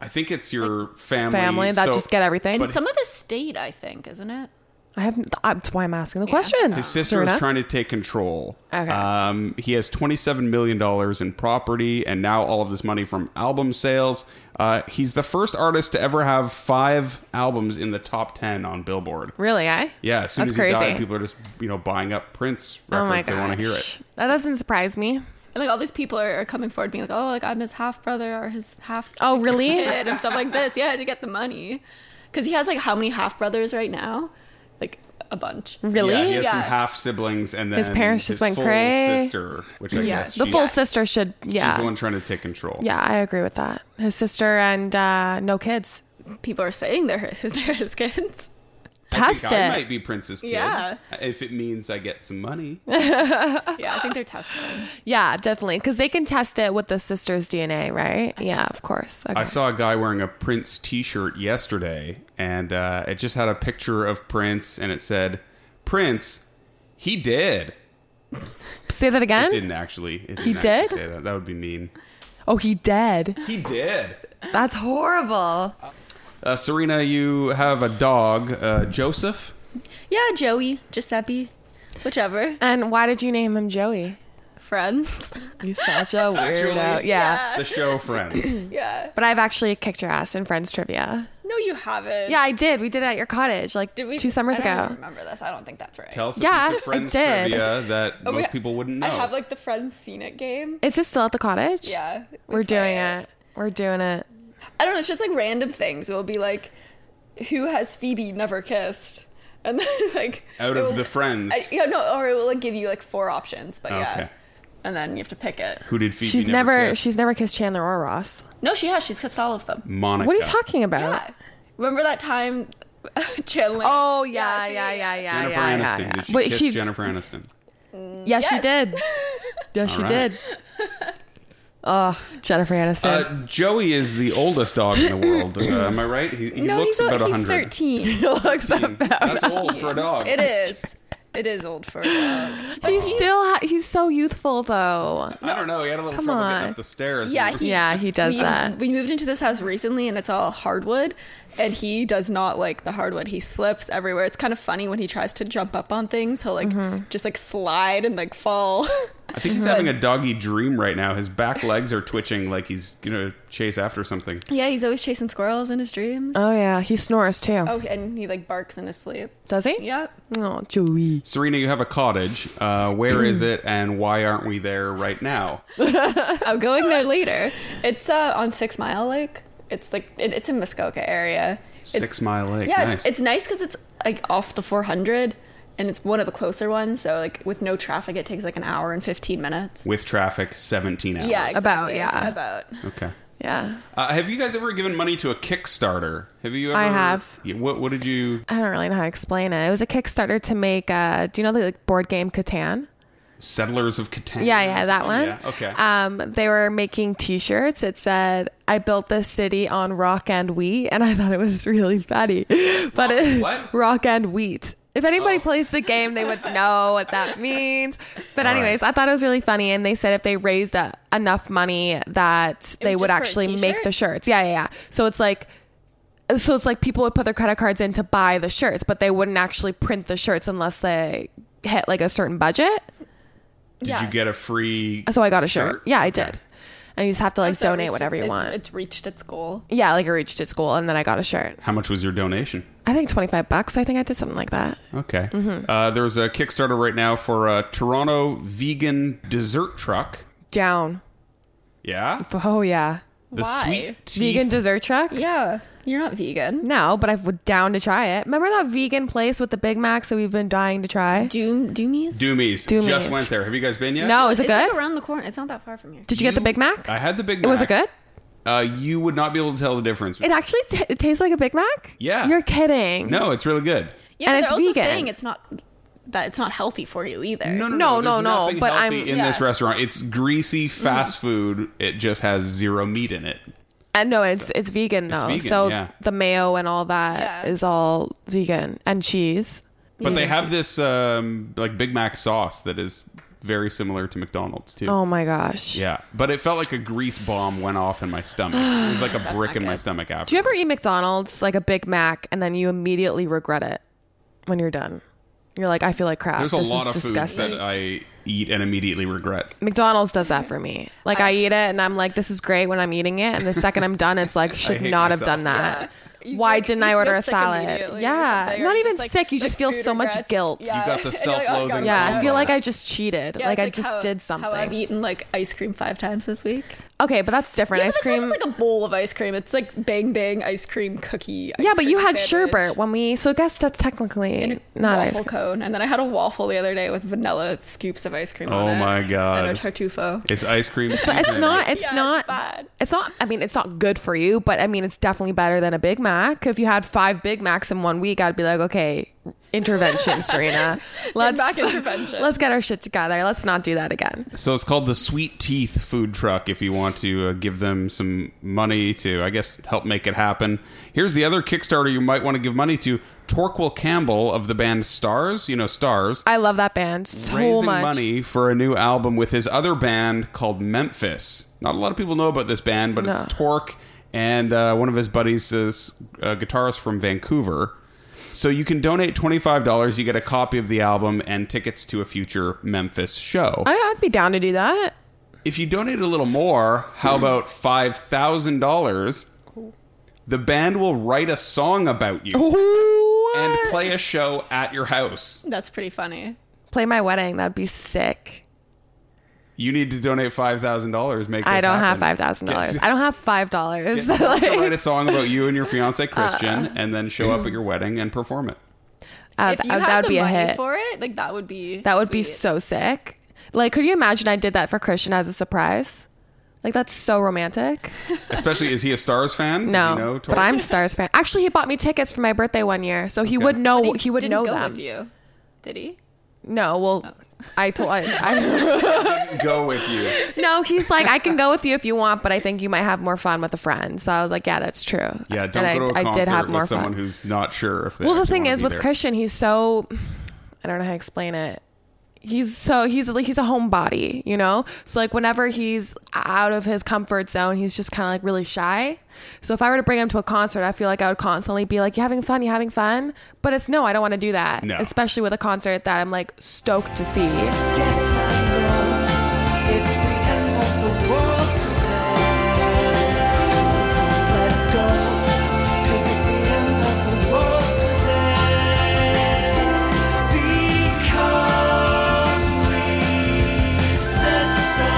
I think it's your family. Family that so just get everything. And some of the state, I think, isn't it? I haven't. That's why I'm asking the question. His sister Sure is enough. trying to take control. Okay. Um, he has $27 million in property and now all of this money from album sales. Uh, he's the first artist to ever have five albums in the top 10 on Billboard. Really? I. Yeah, as soon That's as he crazy. died, people are just, you know, buying up Prince Oh my records. they want to hear it. gosh. That doesn't surprise me. And like all these people are, are coming forward, being like, "Oh, like I'm his half brother or his half Oh, really? *laughs* kid and stuff like this." Yeah, to get the money, because he has like how many half brothers right now? Like a bunch. Really? Yeah, he has some Yeah. half siblings and then His parents just went full cray. sister, which I guess the she- full sister should. Yeah. She's the one trying to take control. Yeah, I agree with that. His sister and uh, no kids. People are saying they're his, *laughs* they're his kids. I, Test think I might it. be Prince's kid. Yeah. If it means I get some *laughs* money. Yeah, I think they're testing. Yeah, definitely. Because they can test it with the sister's DNA, right? yeah, of course. Okay. I saw a guy wearing a Prince T-shirt yesterday, and uh, it just had a picture of Prince, and it said, "Prince, he did." Say that again. It didn't actually. It didn't He actually did? Say that. that would be mean. Oh, he dead. He did. That's horrible. Uh, Serena, you have a dog, uh, Joseph. Yeah, Joey, Giuseppe, whichever. And why did you name him Joey? Friends. *laughs* *laughs* You such a Actually, weirdo. Yeah. The show *laughs* friend. yeah. But I've actually kicked your ass in Friends trivia. No, you haven't. Yeah, I did. We did it at your cottage like Did we, two summers I don't ago. remember this. I don't think that's right. Tell *laughs* us a Yeah, piece of I friends did. trivia that Oh, we- most people wouldn't know. I have like the Friends scene it game. Is this still at the cottage? Yeah. we We're doing play it. We're doing it. I don't know. It's just like random things. It'll be like, who has Phoebe never kissed? And *laughs* then like Out it of will- the friends. I, yeah, no, or it will like give you like four options. But yeah, Okay. and then you have to pick it. Who did Phoebe? She's never, kiss? she's never kissed Chandler or Ross. No, she has. She's kissed all of them. Monica. What are you talking about? Yeah. Remember that time *laughs* Chandler? Oh *laughs* yeah, yeah, yeah, yeah, yeah, Jennifer yeah, Aniston. yeah. Did she Wait, kiss she- Jennifer Aniston? Yeah, she Yes. did. *laughs* Yeah, she right. did. *laughs* Oh, Jennifer Aniston. Uh, Joey is the oldest dog in *laughs* the world. Uh, am I right? He, he no, looks he's, o- about he's 100. 13. looks up *laughs* That's old for a dog. It is. It is old for a dog. But He's still ha- he's so youthful though. I don't know. He had a little Come trouble getting on. up the stairs. Yeah, Remember? he, Yeah, he does we, that. We moved into this house recently, and it's all hardwood. And he does not like the hardwood. He slips everywhere. It's kind of funny when he tries to jump up on things. He'll like just like slide and like fall. *laughs* I think he's *laughs* having a doggy dream right now. His back legs are twitching like he's going to chase after something. yeah, he's always chasing squirrels in his dreams. Oh yeah, he snores too. oh, and he like barks in his sleep. Does he? Yep. Oh, Joey. Serena, you have a cottage. Uh, Mm. where is it and why aren't we there right now? I'm going there later. It's uh, on Six Mile Lake. It's like it, it's in Muskoka area. Six Mile Lake. Yeah, nice. it's, it's nice because it's like off the 400, and it's one of the closer ones. So like with no traffic, it takes like an hour and 15 minutes. With traffic, 17 hours. Yeah, About, exactly. yeah. about. Okay. Yeah. Uh, have you guys ever given money to a Kickstarter? Have you ever? I have. Yeah, what, what did you. I don't really know how to explain it. It was a Kickstarter to make uh do you know the like, board game Catan? Settlers of Catan? Yeah, yeah, that one. Yeah, okay. Um, they were making T-shirts. It said, "I built this city on rock and wheat," and I thought it was really funny. *laughs* But it, what? rock and wheat. If anybody Oh. plays the game, they would know what that means. But All right. anyways, I thought it was really funny, and they said if they raised uh enough money that they was would just for a actually make T-shirt? the shirts. Yeah, yeah, yeah. So it's like. So it's like people would put their credit cards in to buy the shirts, but they wouldn't actually print the shirts unless they hit like a certain budget. did yeah. you get a free. Uh, So I got a shirt. Shirt? Yeah, I Okay. did. And you just have to like So it donate reached- whatever you it- want. *laughs* It's reached its goal. yeah, like I reached at school and then I got a shirt. How much was your donation? I think 25 bucks. I think I did something like that. Okay. Mm-hmm. Uh, there's a Kickstarter right now for a Toronto vegan dessert truck. Down. Yeah. Oh, yeah. The Why? sweet teeth. Vegan dessert truck? Yeah, you're not vegan. No, but I was down to try it. Remember that vegan place with the Big Macs that we've been dying to try? Doom Doomies. Doomies. Doomies. Just went there. Have you guys been yet? No, is it It's like good? around the corner. It's not that far from here. Did you get the You- Big Mac? I had the Big Mac. It was it good? Uh, you would not be able to tell the difference. It actually t- it tastes like a Big Mac? Yeah. You're kidding. no, it's really good. Yeah, And but it's they're also vegan. saying it's not that it's not healthy for you either. No, no, no, No, no, there's no, nothing but healthy I'm- Mm-hmm. in this yeah. restaurant. It's greasy fast food. It just has zero meat in it. And no, it's it's vegan though. vegan, so yeah. the mayo and all that is Yeah. all vegan and cheese. But they have this um, like Big Mac sauce that is very similar to McDonald's too. Oh my gosh. Yeah, but it felt like a grease bomb went off in my stomach. It was *sighs* like a brick in my stomach after. Do you ever eat McDonald's like a Big Mac and then you immediately regret it when you're done? You're like, I feel like crap. There's a this lot of is disgusting. disgusting. foods that I eat and immediately regret. McDonald's does that for *laughs* me. Like I, eat it and I'm like, this is great when I'm eating it, and the second I'm done, *laughs* it's like should hate not have myself. done that. You Why like- didn't you I feel order a sick salad? immediately or Yeah, something, or not just even like- sick. You like just feel food so much regrets. guilt. Yeah, Yeah. You got the *laughs* You're like, oh, self-loathing. God. I feel problem. like I just cheated. like it's I just how- did something. How I've eaten like ice cream five times this week. okay, but that's different. Yeah, Ice but it's not cream. just like a bowl of ice cream. It's like bang bang ice cream cookie. Ice yeah, but you cream had sandwich. sherbet when we. So I guess that's And technically a not ice waffle cream. cone, and then I had a waffle the other day with vanilla scoops of ice cream. Oh on it, my God. And a tartufo. It's ice cream. But it's seasoning. not. It's Yeah, it's not. It's, bad. not. I mean, it's not good for you. But I mean, it's definitely better than a Big Mac. If you had five Big Macs in one week, I'd be like, okay, *laughs* intervention, Serena. Let's Mac intervention. Let's get our shit together. Let's not do that again. So it's called the Sweet Teeth Food Truck. If you want to uh, give them some money to, I guess, help make it happen. Here's the other Kickstarter you might want to give money to: Torquil Campbell of the band Stars. You know Stars. I love that band so raising much. money for a new album with his other band called Memphis. Not a lot of people know about this band, but No. it's Torque and uh, one of his buddies is a guitarist from Vancouver. So you can donate twenty five dollars. You get a copy of the album and tickets to a future Memphis show. I, Oh, I'd be down to do that. if you donate a little more, how about five thousand dollars? The band will write a song about you and play a show at your house. That's pretty funny. Play my wedding. That'd be sick. You need to donate five thousand dollars. Make I this don't have happen. five thousand dollars. Get- I don't have five dollars. get- to *laughs* write a song about you and your fiance Uh, Christian, and then show up at your wedding and perform it. if you had that'd the be a money hit. for it, like that would be That would be sweet. so sick. Like, could you imagine I did that for Christian as a surprise? Like, that's so romantic. Especially, is he a Stars fan? Does No, he know but Tori? I'm Stars fan. Actually, he bought me tickets for my birthday one year, so he would know. He, would didn't know go them. with you, Oh. did he? No, well, I told. I, *laughs* I, *laughs* go with you. no, he's like, I can go with you if you want, but I think you might have more fun with a friend. So I was like, yeah, that's true. Yeah, don't and go to a I, I concert did have more with someone fun. who's not sure if. They Well, the actually thing wanna is be with there. Christian, he's so I don't know how to explain it. He's so he's like he's a homebody, you know. So like whenever he's out of his comfort zone, he's just kind of like really shy. So if I were to bring him to a concert, I feel like I would constantly be like, "You having fun? You having fun?" But it's no, I don't want to do that, No. especially with a concert that I'm like stoked to see. Yes, I know it's the end of the world today. So don't let go, 'cause it's the end of the world today. Because we said so.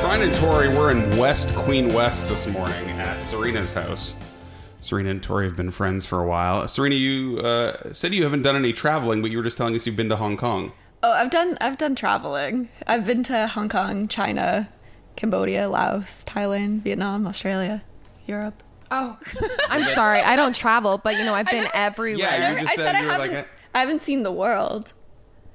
Brian and Tori, we're in West Queen West this morning at Serena's house. Serena and Tori have been friends for a while. Serena, you uh, said you haven't done any traveling, but you were just telling us you've been to Hong Kong. Oh, I've done I've done traveling. I've been to Hong Kong, China, Cambodia, Laos, Thailand, Vietnam, Australia, Europe. Oh, *laughs* I'm sorry, I don't travel, but you know I've been never- everywhere. Yeah, you just I said, said I you were like, haven't I haven't seen the world.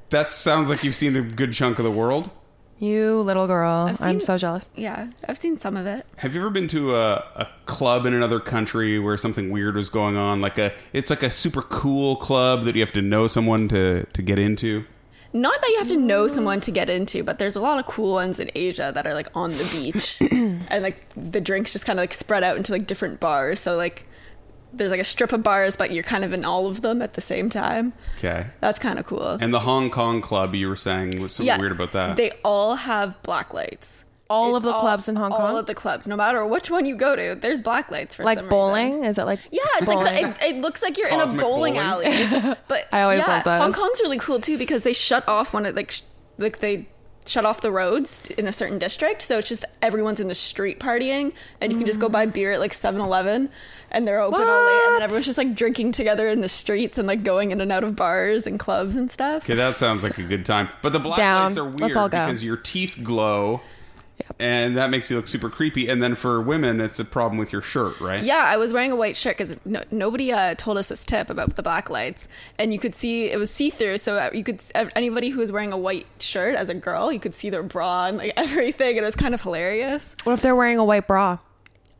that sounds like you've seen a good chunk of the world. You little girl, I've I'm seen- so jealous. Yeah, I've seen some of it. Have you ever been to a, a club in another country where something weird was going on? Like a, it's like a super cool club that you have to know someone to to get into. Not that you have to know someone to get into, but there's a lot of cool ones in Asia that are like on the *clears throat* beach and like the drinks just kind of like spread out into like different bars. So like there's like a strip of bars, but you're kind of in all of them at the same time. Okay. That's kind of cool. And the Hong Kong club you were saying was something weird about that. They all have black lights. All of the clubs in Hong Kong, All of the clubs, no matter which one you go to, there's black lights for like some bowling, reason. is it like Yeah, it's bowling? like it, it looks like you're in Cosmic a bowling, bowling. *laughs* alley. But I always yeah, love those. Hong Kong's really cool too because they shut off when it like sh- like they shut off the roads in a certain district, so it's just everyone's in the street partying, and you can just go buy beer at like 7-Eleven, and they're open all late, and Mm. What? then everyone's just like drinking together in the streets and like going in and out of bars and clubs and stuff. Okay, that sounds like a good time. But the black Down. lights are weird Let's all go. because your teeth glow, and that makes you look super creepy. And then for women, it's a problem with your shirt, right? Yeah, I was wearing a white shirt because no, nobody uh, told us this tip about the black lights, and you could see it was see through. So uh, you could anybody who was wearing a white shirt as a girl, you could see their bra and like *laughs* everything, and it was kind of hilarious. What if they're wearing a white bra?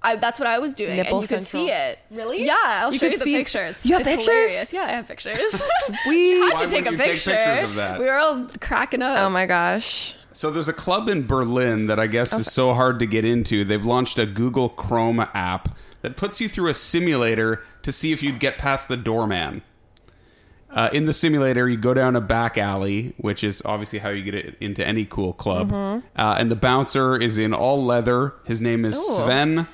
I, that's what I was doing, Nipple and you central. could see it. Really? Yeah, I'll You show could you the see- picture. It's, You have it's pictures? hilarious. Yeah, I have pictures. *laughs* We. I Why had to take would a you take picture. pictures of that? We were all cracking up. Oh my gosh. So there's a club in Berlin that I guess is so hard to get into. They've launched a Google Chrome app that puts you through a simulator to see if you'd get past the doorman. Uh, in the simulator, you go down a back alley, which is obviously how you get it into any cool club. Uh, and the bouncer is in all leather. His name is Sven,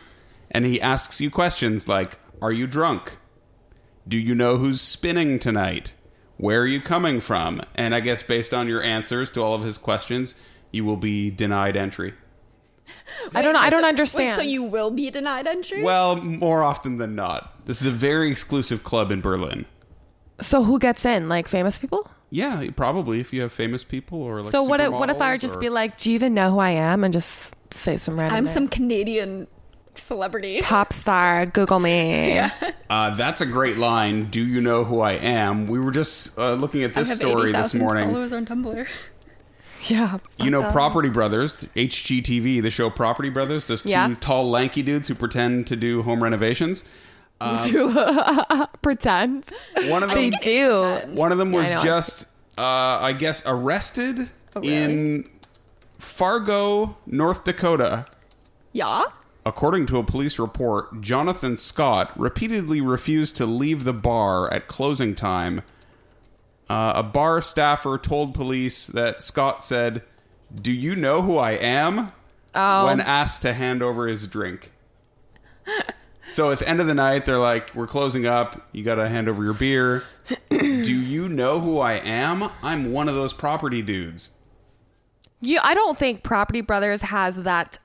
and he asks you questions like, "Are you drunk? Do you know who's spinning tonight? Where are you coming from?" And I guess based on your answers to all of his questions, you will be denied entry. I don't know. I don't Wait, understand. so you will be denied entry? Well, more often than not, this is a very exclusive club in Berlin. So who gets in? Like famous people? Yeah, probably if you have famous people or like. so what if, what if I supermodels would just or- be like, do you even know who I am? And just say some random I'm name. some Canadian celebrity. pop star. Google me. Uh, that's a great line. Do you know who I am? We were just uh, looking at I this have story this 80,000 morning. followers on Tumblr. *laughs* Yeah. You know, Property Brothers, HGTV, the show Property Brothers, those Yeah. two tall, lanky dudes who pretend to do home renovations. Um, *laughs* Pretend. One of *laughs* They them, do. one of them was I know. Oh, just, uh, I guess, arrested really? in Fargo, North Dakota. Yeah. According to a police report, Jonathan Scott repeatedly refused to leave the bar at closing time. Uh, a bar staffer told police that Scott said, Do you know who I am? Oh. when asked to hand over his drink. so it's end of the night. They're like, We're closing up. You got to hand over your beer. Do you know who I am? I'm one of those property dudes. You. I don't think Property Brothers has that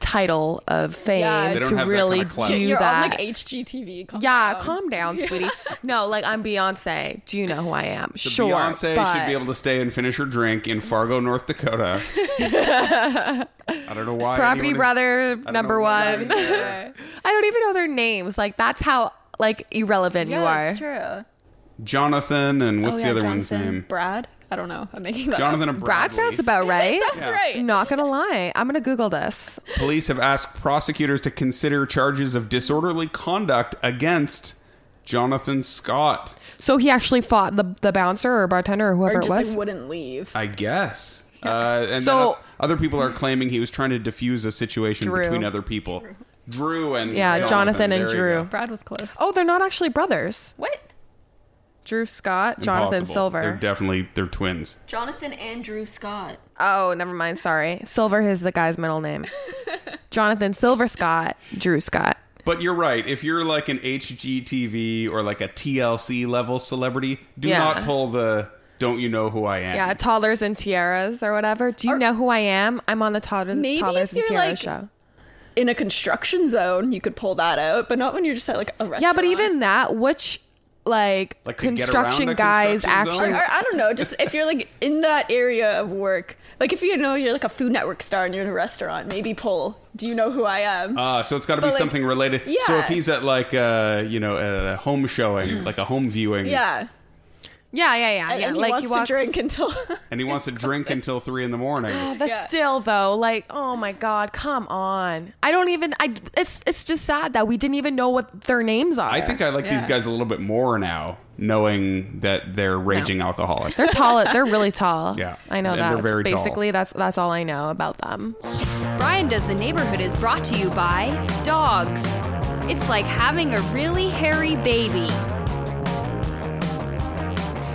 title of fame Yeah, They don't to have that really kinda clout. do You're on, that. like, HGTV. Calm yeah, down. calm down, Yeah. *laughs* sweetie. No, like I'm Beyonce. Do you know who I am? So sure, Beyonce should be able to stay and finish her drink in Fargo, North *laughs* Dakota. but- I don't know why. Property anyone is- Brother don't number know why one. I was there. I *laughs* don't even know their names. Like that's how like irrelevant you Yeah, are. it's true. Jonathan and what's Oh, the yeah, other one's Jonathan. name? Brad? I don't know. I'm making that Jonathan up. and Brad Bradley. sounds *laughs* about right. sounds Yeah. right. Not gonna lie, I'm gonna Google this. Police have asked prosecutors to consider charges of disorderly conduct against Jonathan Scott. So he actually fought the the bouncer or bartender or whoever Or just it was. like wouldn't leave. I guess. Uh, and So- so, other people are claiming he was trying to defuse a situation Drew. between other people. Drew, and yeah, Jonathan, and There you Drew. go. Brad was close. Oh, they're not actually brothers. What? Drew Scott, Jonathan Impossible. Silver. They're definitely they're twins. Jonathan Andrew Scott. oh, never mind. Sorry, Silver is the guy's middle *laughs* name. Jonathan Silver Scott, Drew Scott. But you're right. If you're like an HGTV or like a TLC level celebrity, do Yeah. not pull the "Don't you know who I am?" Yeah, toddlers and tiaras or whatever. Do you know who I am? I'm on the toddlers, Maybe toddlers and if you're tiaras like show. in a construction zone, you could pull that out, but not when you're just at like a restaurant. Yeah, but even that, which like, Like to get construction around a guys construction zone? actually. Or, or I don't know, just if you're like in that area of work, like if you know you're like a Food Network star and you're in a restaurant, maybe pull. Do you know who I am? Ah, so it's got to be But, like, something related. So yeah. if he's at like uh, you know a home Mm. showing, like a home viewing, yeah, yeah, yeah, yeah, and, yeah. and he like wants you to walk. drink until *laughs* and he wants to drink until three in the morning. But still, though, like, oh my god, come on! I don't even. I it's it's just sad that we didn't even know what their names are. I think I like these Yeah. guys a little bit more now, knowing that they're raging alcoholics. they're tall. They're really tall. *laughs* Yeah. I know And that. they're very tall. Basically, that's that's all I know about them. Brian Does the Neighborhood is brought to you by dogs. It's like having a really hairy baby.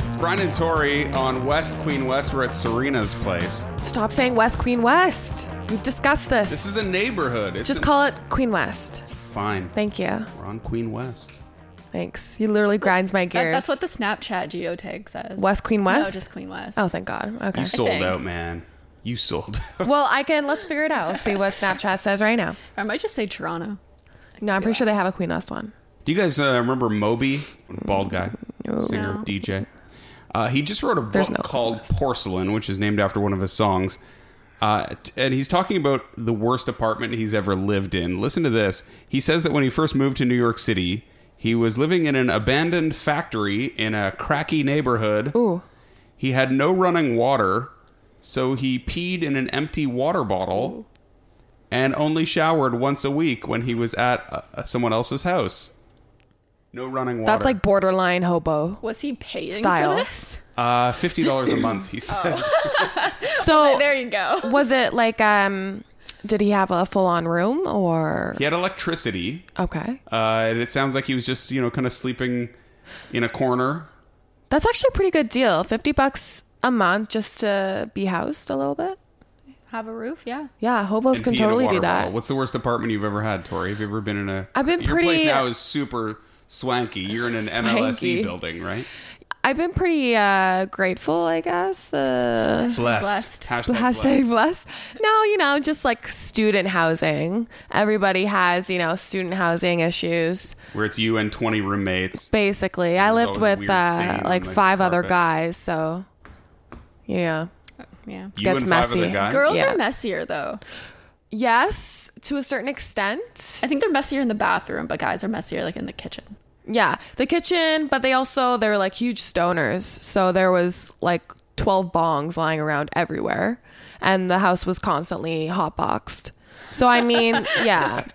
It's Brian and Tori on West Queen West. We're at Serena's place. Stop saying West Queen West. We've discussed this. This is a neighborhood. It's just an- call it Queen West. fine. Thank you. We're on Queen West. Thanks. He literally grinds my gears. That- that's what the Snapchat geotag says. West Queen West? No, just Queen West. Oh, thank God. Okay. You sold think. out, man. You sold. *laughs* out. well, I can. Let's figure it out. Let's see *laughs* what Snapchat says right now. Or I might just say Toronto. No, I'm pretty sure they have a Queen West one. Do you guys uh, remember Moby, bald guy, singer, No. DJ? Uh, he just wrote a book There's no called Porcelain, which is named after one of his songs. Uh, t- and he's talking about the worst apartment he's ever lived in. Listen to this. He says that when he first moved to New York City, he was living in an abandoned factory in a cracky neighborhood. Ooh. He had no running water, so he peed in an empty water bottle and only showered once a week when he was at uh, someone else's house. No running water. That's like borderline hobo. Was he paying Style. for this? *laughs* uh, fifty dollars a *laughs* month. Oh. He says. There So you go. was it like um? Did he have a full on room or? He had electricity, Okay. uh, and it sounds like he was just you know kind of sleeping in a corner. That's actually a pretty good deal. Fifty bucks a month just to be housed a little bit. Have a roof, yeah. Yeah, hobos and can pee in a totally do water that. bottle. What's the worst apartment you've ever had, Tori? Have you ever been in a? I've been Your place pretty- now is super swanky. You're in an MLSE Swanky. E building, right? I've been pretty uh, grateful, I guess. Uh, Blessed. Blessed. Hashtag blessed. hashtag bless. No, you know, just like student housing. Everybody has, you know, student housing issues. Where it's you and twenty roommates. Basically, I There's always lived a with weird stain uh, on like the five other carpet. guys, so yeah, Yeah. You gets and five messy. other guys. Girls Yeah. are messier though. Yes, to a certain extent. I think they're messier in the bathroom, but guys are messier like in the kitchen. Yeah, the kitchen, but they also they were like huge stoners, so there was like twelve bongs lying around everywhere, and the house was constantly hotboxed. So *laughs* I mean, yeah.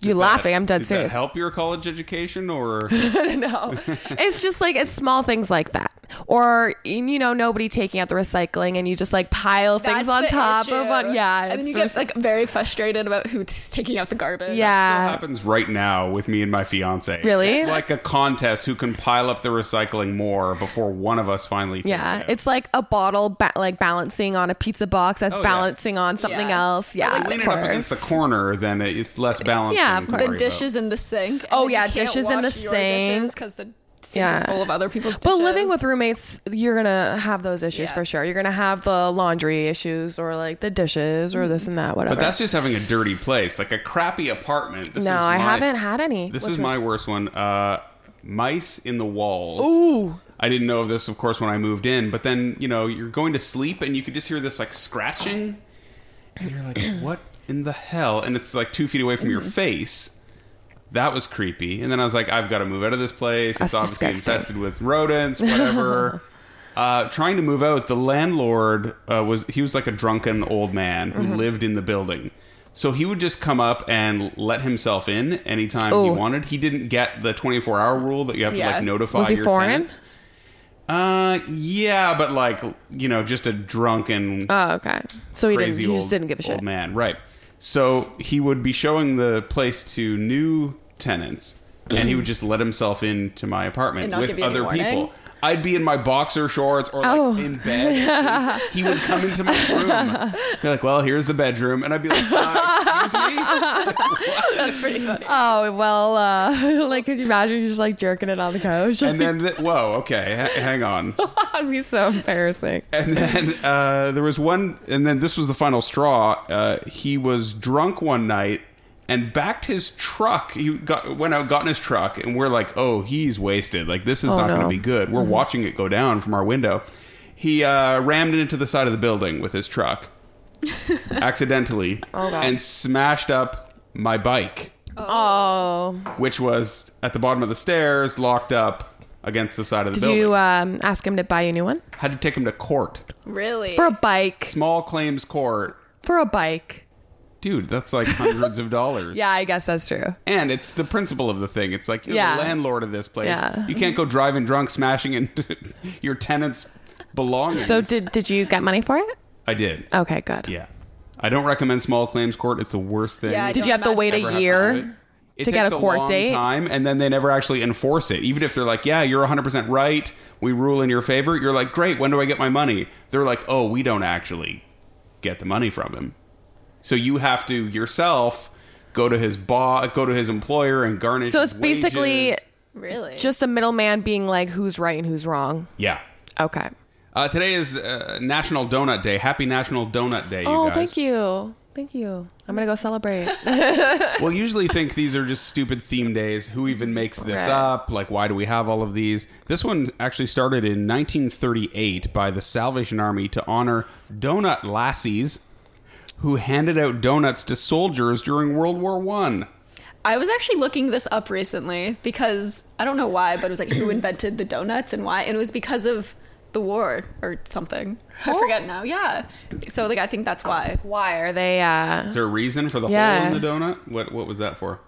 You laughing? I'm dead Did serious. that help your college education or no. It's just like it's small things like that. Or you know, nobody taking out the recycling and you just like pile things That's on the top issue. of one. Yeah. and then you it's get like very frustrated about who's taking out the garbage. yeah. happens right now with me and my fiance? Uh, Really? It's like a contest who can pile up the recycling more before one of us finally. takes Yeah, it. it's like a bottle ba- like balancing on a pizza box that's Oh, yeah. balancing on something Yeah. else. Yeah, Lean of it up against the course. corner, then it- it's less balanced. Yeah, of course. the dishes in the sink. Oh, yeah, dishes in the sink. because the sink is full of other people's But living dishes. with roommates, you're gonna have those issues Yeah. for sure. You're gonna have the laundry issues or like the dishes or this and that, whatever. Mm-hmm. But that's just having a dirty place, like a crappy apartment. This no, is I my- haven't had any. This What's is yours? my worst one. Uh, mice in the walls. Ooh. I didn't know of this, of course, when I moved in. But then, you know, you're going to sleep and you could just hear this like scratching, and you're *clears throat* like, "What in the hell?" And it's like two feet away from your Mm-hmm. face. That was creepy. And then I was like, "I've got to move out of this place. That's it's obviously disgusting. infested with rodents, *laughs* whatever." Uh, trying to move out, the landlord uh, was he was like a drunken old man who Mhm. lived in the building. So he would just come up and let himself in anytime he Ooh. wanted. He didn't get the 24 hour rule that you have to Yeah. like notify Was he your foreign? tenants. Uh, yeah, but like you know, just a drunken. Oh, okay. So he didn't. crazy He old, just didn't give a Old shit. man, right? So he would be showing the place to new tenants, and he would just let himself into my And apartment not with give you any other warning? people. I'd be in my boxer shorts or like Oh. in bed. *laughs* he would come into my room. Be like, "Well, here's the bedroom," and I'd be like, "Uh, That's pretty funny. Oh well, uh, *laughs* like could you imagine you're just like jerking it on the couch? and then, th- "Whoa, okay, ha- hang on." *laughs* That'd be so embarrassing. And *laughs* then uh, there was one, and then this was the final straw. Uh, he was drunk one night and backed his truck. He got went out, got in his truck, and we're like, "Oh, he's wasted. Like this is Oh, not no. going to be good." We're Mm-hmm. Mhm. watching it go down from our window. He uh, rammed into the side of the building with his *laughs* truck accidentally, Oh, God. and smashed up my bike, Oh. which was at the bottom of the stairs, locked up against the side of the Did building. you um, ask him to buy you a new one Had to take him to court, Really? for a bike? small claims court. For a bike? Dude, that's like hundreds of dollars. *laughs* Yeah, I guess that's true. And it's the principle of the thing. It's like you're Yeah. the landlord of this place. Yeah. You can't go driving drunk, smashing into *laughs* your tenants' belongings. So Oh. did did you get money for it? I did. Okay, good. Yeah. I don't recommend small claims court. It's the worst thing. Yeah, I Did you don't have to wait a Ever have do year it. It to get takes a court long date? Time, and then they never actually enforce it. Even if they're like, "Yeah, you're 100 percent right. We rule in your favor." You're like, "Great. When do I get my money?" They're like, "Oh, we don't actually get the money from him." So you have to yourself go to his boss, go to his employer, and garnish. So it's his wages. basically really just a middleman being like who's right and who's wrong. yeah. Okay. Uh, today is uh, National Donut Day. Happy National Donut Day, you oh, guys. thank you. Thank you. I'm going to go celebrate. well, usually think these are just stupid theme days. Who even makes this Right. up? Like, why do we have all of these? This one actually started in 1938 by the Salvation Army to honor donut lassies who handed out donuts to soldiers during World War One. I was actually looking this up recently because I don't know why, but it was like who invented the donuts and why, and it was because of the war or something. I forget now. Yeah. So like I think that's why. *laughs* Why are they? uh Is there a reason for the Yeah. hole in the donut? What What was that for?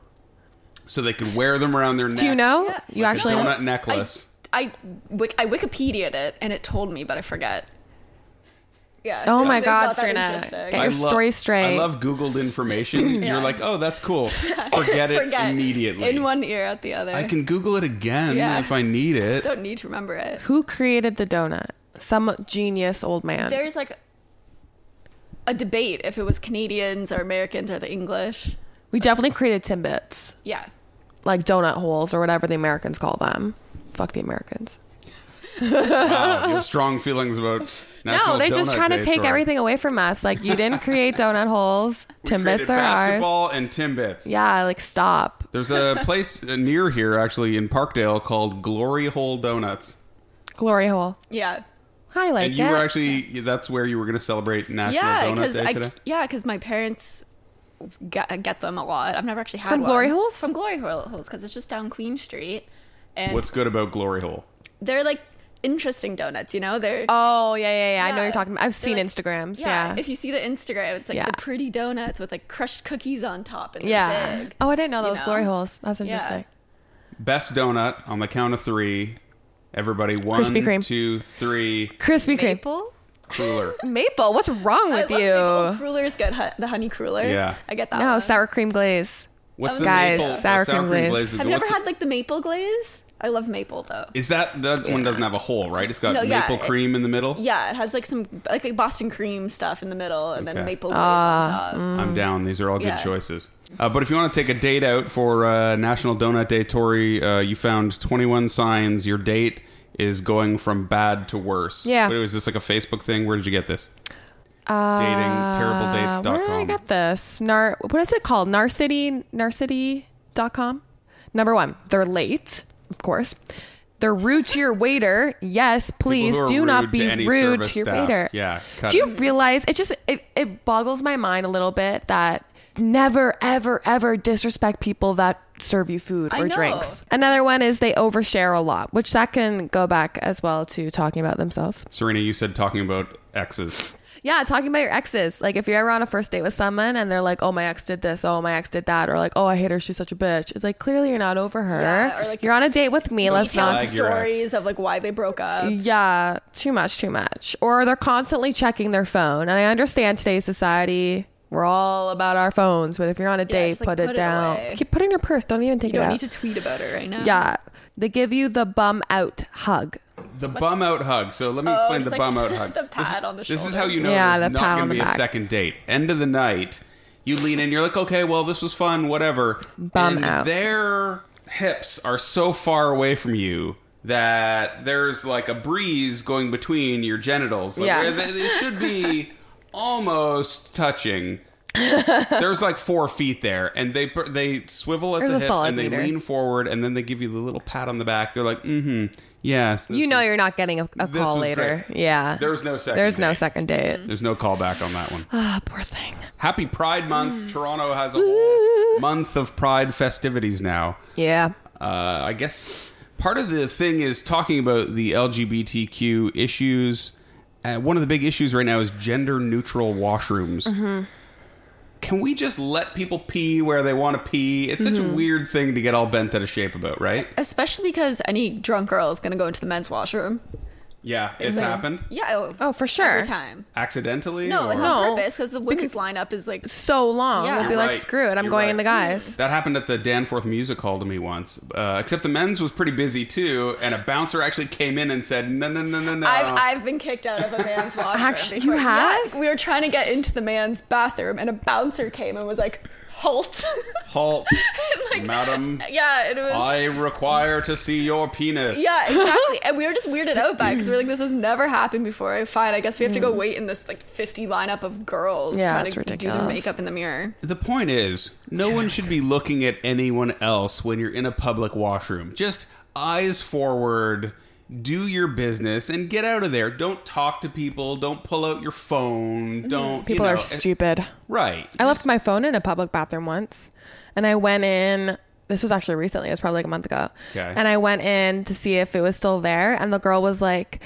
So they could wear them around their neck. Do you know? You Like actually a donut necklace. I wik- I Wikipedia'd it and it told me, but I forget. Yeah. Oh my it's God, not that Serena. interesting. Get your lo- story straight. I love Googled *clears throat* information. Yeah. You're like, oh, that's *laughs* cool. Forget it immediately. In one ear, out the other. I can Google it again Yeah. if I need *laughs* it. Don't need to remember it. Who created the donut? Some genius old man. There's like a debate if it was Canadians or Americans or the English. we definitely created Timbits, Yeah. like donut holes or whatever the Americans call them. Fuck the Americans. wow, you have strong feelings about National *laughs* no, they're just Donut trying to Day, take Troy. everything away from us. Like you didn't *laughs* create donut holes. Created Timbits are ours. basketball and Timbits. Yeah, like stop. There's *laughs* a place near here, actually, in Parkdale called Glory Hole Donuts. Glory hole. Yeah. I like and you it. were actually, that's where you were going to celebrate National yeah, Donut Day I today? yeah, because my parents get, get them a lot. I've never actually had From one. glory holes? From glory hole- holes because it's just down Queen Street, and What's good about Glory Hole? they're like interesting donuts. You know, they're Oh yeah, yeah, yeah. I know you're talking. About. I've seen Instagrams. Yeah. If you see the Instagram, it's like Yeah. the pretty donuts with like crushed cookies on top and they're yeah. big. Oh, I didn't know that you was know? glory holes. That's Yeah. interesting. Best donut on the count of three. Everybody, one, Krispy Kreme. two, three. Krispy Kreme. Maple. *laughs* Cooler. Maple. What's wrong with I love you? maple. Cruller is good. Hu- The honey cruller. Yeah. I get that. no one. sour cream glaze. What's That the was- Guys, maple? sour oh, cream glaze. is I've the- never what's the- had like the maple glaze. I love maple though. Is that that one doesn't have a hole, right? It's got No, yeah, maple it- cream in the middle. Yeah, it has like some like a Boston cream stuff in the middle, and Okay. then maple glaze Ah, on top. I'm down. These are all good Yeah. choices. Uh, but if you want to take a date out for uh, National Donut Day, Tori, uh, you found 21 signs your date is going from bad to worse. Yeah. What, was this like a Facebook thing? Where did you get this? Uh, datingterribledates.com. Where did I get this? Nar. What is it called? Narcity. Narcity.com. Number one, they're late, of course. They're rude to your waiter. Yes, please People who are do rude not to be any rude service to your staff. waiter. Yeah, cut do you it. realize it just it, it boggles my mind a little bit that never ever ever disrespect people that serve you food I or know. drinks. Another one is they overshare a lot, which that can go back as well to talking about themselves. Serena, you said talking about exes. Yeah, talking about your exes. Like if you're ever on a first date with someone and they're like, "Oh, my ex did this. Oh, my ex did that," or like, "Oh, I hate her. She's such a bitch." It's like clearly you're not over her. Yeah, or, like, you're on a date with me. Let's Detailed not. your ex. stories of like why they broke up. Yeah, too much, too much. Or they're constantly checking their phone. And I understand today's society. We're all about our phones, but if you're on a date, just, like, put, put it it down. away. Keep putting your purse. Don't even take You it don't out. need to tweet about it right now. yeah, they give you the bum out hug. The bum out hug. So let me Oh, explain just the like *laughs* bum out hug. the this, pat on the this is shoulder. how you know Yeah, there's not the pat going to on the be a back. second date. End of the night, you lean in. You're like, okay, well, this was fun, whatever. Bum and out. Their hips are so far away from you that there's like a breeze going between your genitals. Like, Yeah. where they, they should *laughs* be almost touching. There's like four feet there, and they they swivel at There's the a hips solid and they meter. lean forward, and then they give you the little pat on the back. They're like, mm-hmm, yes. this You know was- you're not getting a, a this call was later. great. Yeah, There's no second. There's no date. second date. Mm-hmm. There's no callback on that Uh, one. Ah, poor thing. Happy Pride mm. Month. Toronto has a *laughs* whole month of Pride festivities now. Yeah. Uh, I guess part of the thing is talking about the LGBTQ issues. Uh, one of the big issues right now is gender neutral washrooms. Mm-hmm. Can we just let people pee where they want to pee? It's such a Mm-hmm. weird thing to get all bent out of shape about, right? Uh, Especially because any drunk girl is gonna go into the men's washroom. Yeah, it's like- happened. Yeah. Oh, Oh, for sure. Every time. Accidentally? No, like or- on purpose because the women's lineup is like So long. Yeah. They'll be You're like, right. screw it. I'm You're going right. in the guys. That happened at the Danforth Music Hall to me once. Uh, except the men's was pretty busy too, and a bouncer actually came in and said, "No, no, no, no, no." I've, I've been kicked out of a *laughs* man's washroom. Actually, before. you have? Yeah, we were trying to get into the man's bathroom, and a bouncer came and was like, "Halt!" *laughs* Halt, And, like, madam. Yeah, and it was. I require to see your penis. *laughs* yeah, exactly. and we were just weirded out by because we are like, "This has never happened before." Fine, I guess we have to go wait in this like fifty lineup of girls Mm. Yeah, trying it's to do their ridiculous. makeup in the mirror. The point is, no one should be looking at anyone else when you're in a public washroom. Just eyes forward, do your business, and get out of there. Don't talk to people. Don't pull out your phone. Don't. you Mm-hmm. People are know, eh, stupid. Right. I left my phone in a public bathroom once, and I went in. This was actually recently. It was probably like a month ago. Okay. And I went in to see if it was still there, and the girl was like,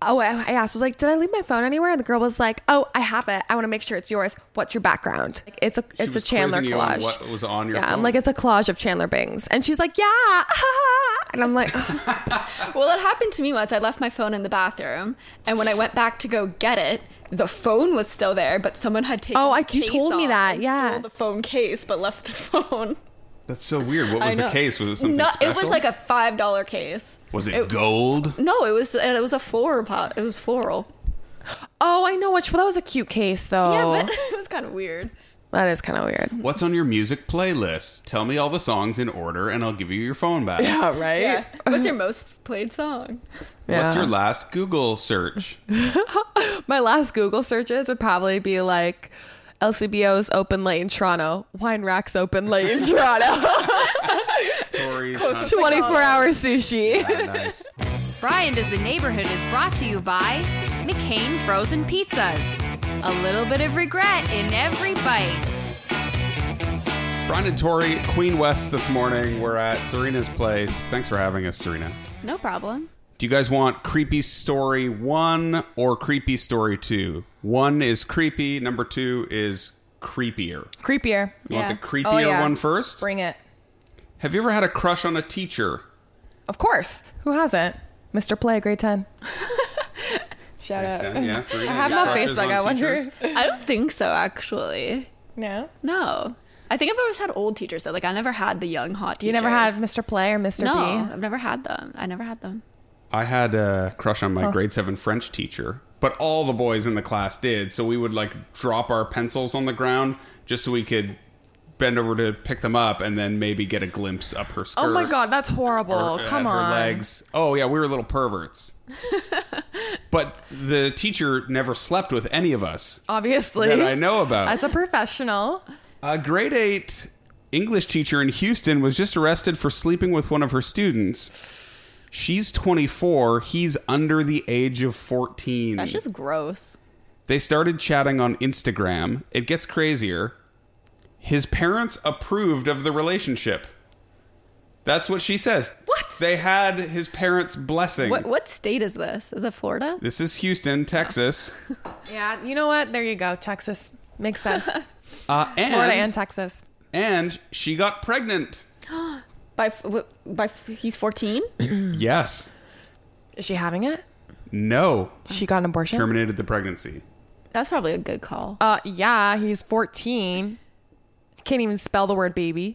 "Oh," I I asked, "was like, did I leave my phone anywhere?" And the girl was like, "Oh, I have it. I want to make sure it's yours. What's your background? Like, it's a it's a was Chandler quizzing you on collage. what was on your yeah, phone. I'm like, it's a collage of Chandler Bings, and she's like, "Yeah," *laughs* and I'm *laughs* like, Well, that happened to me once. I left my phone in the bathroom, and when I went back to go get it, the phone was still there, but someone had taken. Oh, I- the you case told me off that, and yeah. stole the phone case, but left the *laughs* phone. That's so weird. What was I the know. case? Was it something No, special? It was like a five dollar case. Was it, gold? Mm. No, it was and it was a floral pot. It was floral. "Oh, I know which. Well, that was a cute case, though. Yeah, but *laughs* it was kind of weird. that is kind of weird. What's on your music playlist? Tell me all the songs in order, and I'll give you your phone back. *laughs* Yeah, Oh, right. Yeah. What's your most played song? What's Yeah. your last Google *laughs* search? My last Google searches would probably be like LCBO's open late in Toronto, wine racks open late in *laughs* Toronto, Stories. 24 hour sushi. nice. Brian Does the Neighborhood is brought to you by McCain Frozen Pizzas. A little bit of regret in every bite. It's *laughs* Brian and Tori, Queen West this morning. We're at Serena's place. Thanks for having us, Serena. No problem. Do you guys want creepy story one or creepy story two? One is creepy. Number two is creepier. Creepier. You Yeah. want the creepier Oh, yeah. one first? Bring it. Have you ever had a crush on a teacher? Of course. Who hasn't? Mr. Play, grade 10. *laughs* Shout out. Yeah, Serena. Uh, I have you him on crushes *laughs* Facebook. on I wonder. teachers? I don't think so, actually. No. No. I I think I've always had old teachers though. Like I never had the young hot teachers. You never had Mr. Play or Mr. No, B? I've never had them. I never had them. I had a crush on my Huh. grade seven French teacher, but all the boys in the class did. So we would like drop our pencils on the ground just so we could bend over to pick them up and then maybe get a glimpse up her skirt. Oh my god, that's horrible. or at Come her on. legs. Oh yeah, we were little *laughs* perverts. but the teacher never slept with any of us Obviously. that I know about. *laughs* As a professional. A grade eight English teacher in Houston was just arrested for sleeping with one of her students. She's 24. He's under the age of 14. That's just gross. They started chatting on Instagram. It gets crazier. His parents approved of the relationship. That's what she says. What? They had his parents' blessing. What what state is this? Is it Florida? This is Houston, Texas. Yeah, you know what? There you go. Texas. Makes *laughs* sense. Uh, and, Florida and Texas. and she got pregnant. *gasps* by f- w- by f- he's 14? yes. Is she having it? No. She got an abortion? Terminated the pregnancy. That's probably a good call. Uh, yeah, he's 14. Can't even spell the word baby.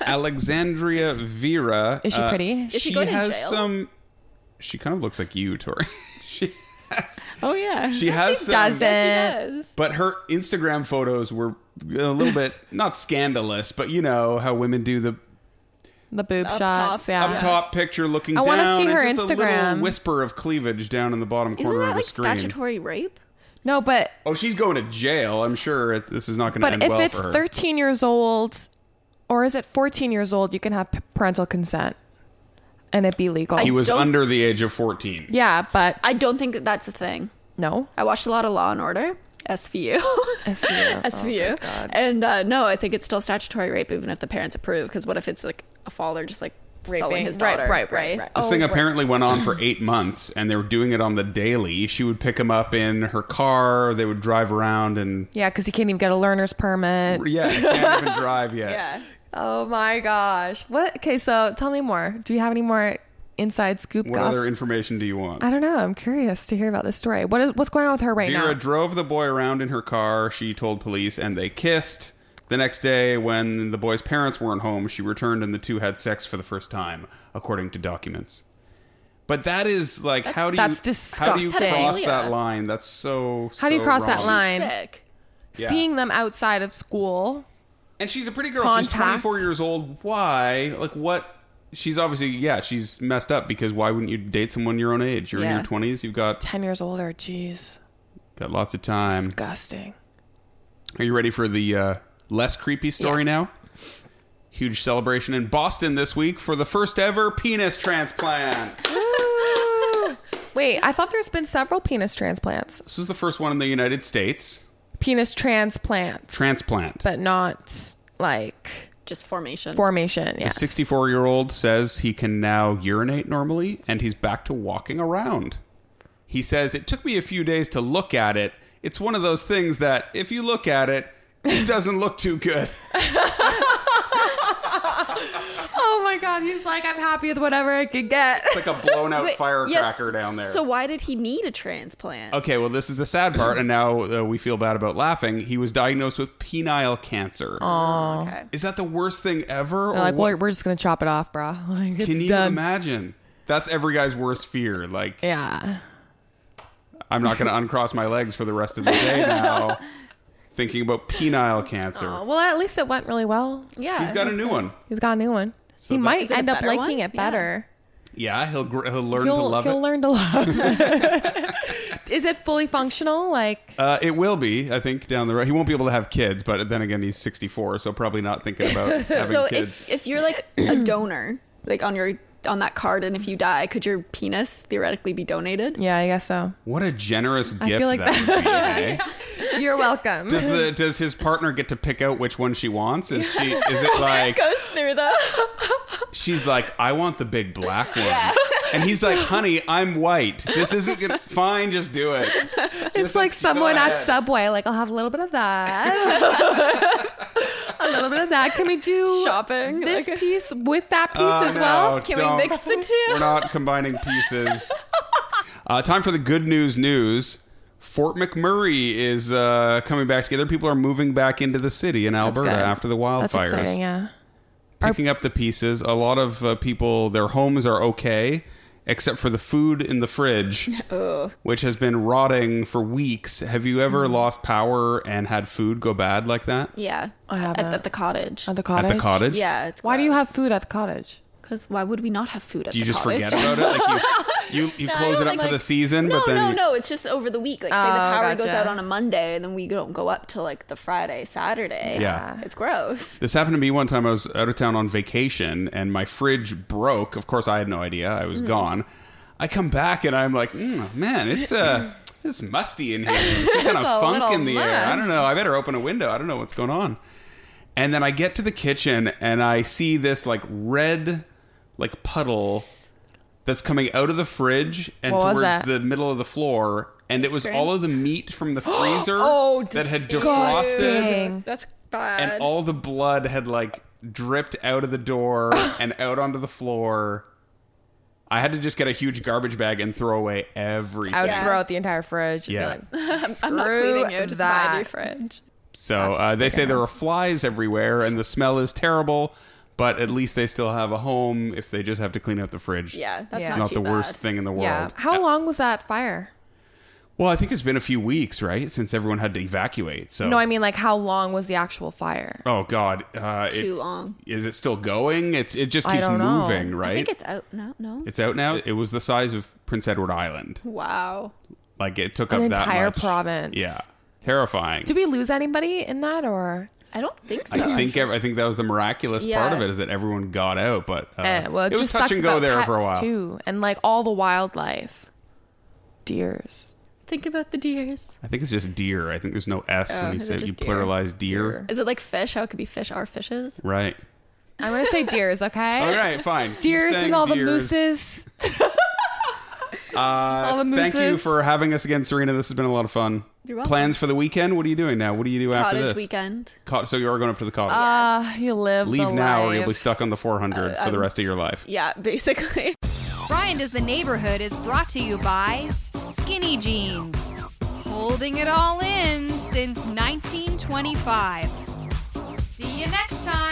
Alexandria Vera. Is she uh, pretty? Is she going to has jail? some. She kind of looks like you, Tori. *laughs* she has. Oh yeah. She has some, does. But her Instagram photos were a little bit not scandalous, but you know how women do the The boob Up shots. top. Yeah. up top picture looking I down. wanna see and her just A Instagram. little whisper of cleavage down in the bottom Isn't corner that of like the screen. statutory rape? No, but Oh, she's going to jail. I'm sure it, this is not going to but end if well it's for her. 13 years old or is it 14 years old, you can have p- parental consent and it be legal. he was don't- under the age of 14. yeah, but I don't think that that's a thing. no. I watched a lot of Law and Order, SVU, *laughs* SVU. Oh, SVU, God. and uh, no, I think it's still statutory rape even if the parents approve. Because what if it's like a father just like selling his daughter? Right, right, right, Oh, right. This thing apparently went on for eight months, and they were doing it on the daily. She would pick him up in her car. They would drive around, and Yeah, because he can't even get a learner's permit. yeah, they can't *laughs* even drive yet. Yeah. Oh my gosh. What? Okay, so tell me more. Do you have any more inside scoop What goss? other information do you want? I don't know. I'm curious to hear about this story. What is what's going on with her right Vera now? drove the boy around in her car. She told police, and they kissed. The next day, when the boy's parents weren't home, she returned and the two had sex for the first time, according to documents. But that is like, how do that's you how do you disgusting. cross that Pedophilia. line? That's so. How do you so cross that wrong. line? Sick. Yeah. Seeing them outside of school. And she's a pretty girl. She's Contact. 24 years old. Why? Like, what? She's obviously, yeah, she's messed up because why wouldn't you date someone your own age? You're in Yeah. your 20s. You've got 10 years older. Jeez. got lots of time. Disgusting. Are you ready for the uh, less creepy story Yes. now? Huge celebration in Boston this week for the first ever penis transplant. Ooh. Wait, I thought there's been several penis transplants. This was the first one in the United States. Penis transplants. Transplant. but not like Just formation. formation. Yeah. 64 year old says he can now urinate normally and he's back to walking around. He says, It took me a few days to look at it. It's one of those things that if you look at it, it *laughs* doesn't look too good. Oh my god, he's like, I'm happy with whatever I could get. Like a blown out Wait, firecracker yes, down there. So why did he need a transplant? okay, well, this is the sad part, and now uh, we feel bad about laughing. He was diagnosed with penile cancer. Okay. Is that the worst thing ever? *laughs* They're or like, what- well, we're just gonna chop it off, bro. *laughs* Like, it's can you done. imagine? That's every guy's worst fear. Like, Yeah. I'm not going to uncross my legs for the rest of the *laughs* day now, thinking about penile cancer. Oh, well, at least it went really well. Yeah. He's got a new one. He's got a new one. he that- might Is it a end up better liking one? it Yeah. better. Yeah, he'll gr- he'll learn to He'll, love he'll it. learn to love. *laughs* it. Is it fully functional? Like, Uh, it will be, I think, down the road. He won't be able to have kids, but then again, he's 64, so probably not thinking *laughs* about having So kids. if if you're like *clears throat* a donor, like on your on that card, and if you die, could your penis theoretically be donated? yeah, I guess so. what a generous gift feel like that, would be. *laughs* eh? *laughs* You're welcome. Does the does his partner get to pick out which one she wants? Is she is *laughs* it like Goes *laughs* through the. she's like I want the big black one, and he's like, honey, I'm white. This isn't gonna fine. Just do *laughs* it. it's like someone at ahead. Subway. Like, I'll have a little bit of that. *laughs* *laughs* a little bit of that. Can we do Shopping, This like- piece with that piece Oh, as well. no, don't. *laughs* We're not combining pieces. Uh, time for the good news news. Fort McMurray is uh, coming back together. People are moving back into the city in Alberta good. after the wildfires. That's exciting, yeah. Picking up the pieces. A lot of uh, people, their homes are okay, except for the food in the *laughs* fridge, Oh, which has been rotting for weeks. Have you Mm-hmm. ever lost power and had food go bad like that? *laughs* yeah. I at, haven't. at the cottage. At the cottage? At the cottage? yeah. It's Why do you have food at the cottage? Because why would we not have food at Do you the just cottage? forget about it? Like you, you, you No, *laughs* I close it don't up think- for the season, No, but then no, you- no. It's just over the week. Like, say the Oh, power goes gotcha. out on a Monday, and then we don't go up till like the Friday, Saturday. Yeah. It's gross. This happened to me one time. I was out of town on vacation, and my fridge broke. Of course, I had no idea. I was gone. I come back, and I'm like, mm, man, it's uh, it's musty in here. There's some kind a of funk little in the air. I must. don't know. I better open a window. I don't know what's going on. And then I get to the kitchen, and I see this like red, like puddle that's coming out of the fridge and What was towards that? the middle of the floor. And it was Scream? all of the meat from the freezer Oh, that had defrosted Disgusting. That's bad. and all the blood had like dripped out of the *laughs* door and out onto the floor. I had to just get a huge garbage bag and throw away everything. I would Yeah. throw out the entire fridge. Yeah. Yeah. Be like, Screw *laughs* I'm not cleaning it. Just buy a new that. fridge. so uh, they say there are flies everywhere and the smell is terrible, but at least they still have a home if they just have to clean out the fridge. Yeah, that's Yeah. it's not, not, too the bad. worst thing in the world. Yeah. How long was that fire? Well, I think it's been a few weeks, right, since everyone had to evacuate. So No, I mean like how long was the actual fire? oh god, uh, Too it- long. Is it still going? It's it just I keeps don't know. moving, right? I think it's out. No, no. It's out now. It was the size of Prince Edward Island. wow. Like it took An up that entire much. province. Yeah, terrifying. Did we lose anybody in that or? I don't think so. I think ev- I think that was the miraculous part Yeah. of it is that everyone got out, but uh, Eh, well, it, was just touch sucks and go about there pets for a while. too, and like all the wildlife, deers. Think about the deers. I think it's just deer. I think there's no s Oh, when you is say it you just deer? pluralize deer. Is it like fish? How it could be fish are fishes? Right. I'm gonna say deers, okay? All right, fine. Keep *laughs* Deers saying and all the deers. mooses. Uh, all the Thank you mooses. for having us again, Serena. This has been a lot of fun. You're welcome. Plans for the weekend? What are you doing now? What do you do after Cottage this? weekend. Co- so you are going up to the cottage. Ah, you live. Leave the Uh, now, or life. you'll be stuck on the 400 for the rest of your life. Yeah, basically. Brian Does the Neighborhood is brought to you by Skinny Jeans, holding it all in since 1925. See you next time.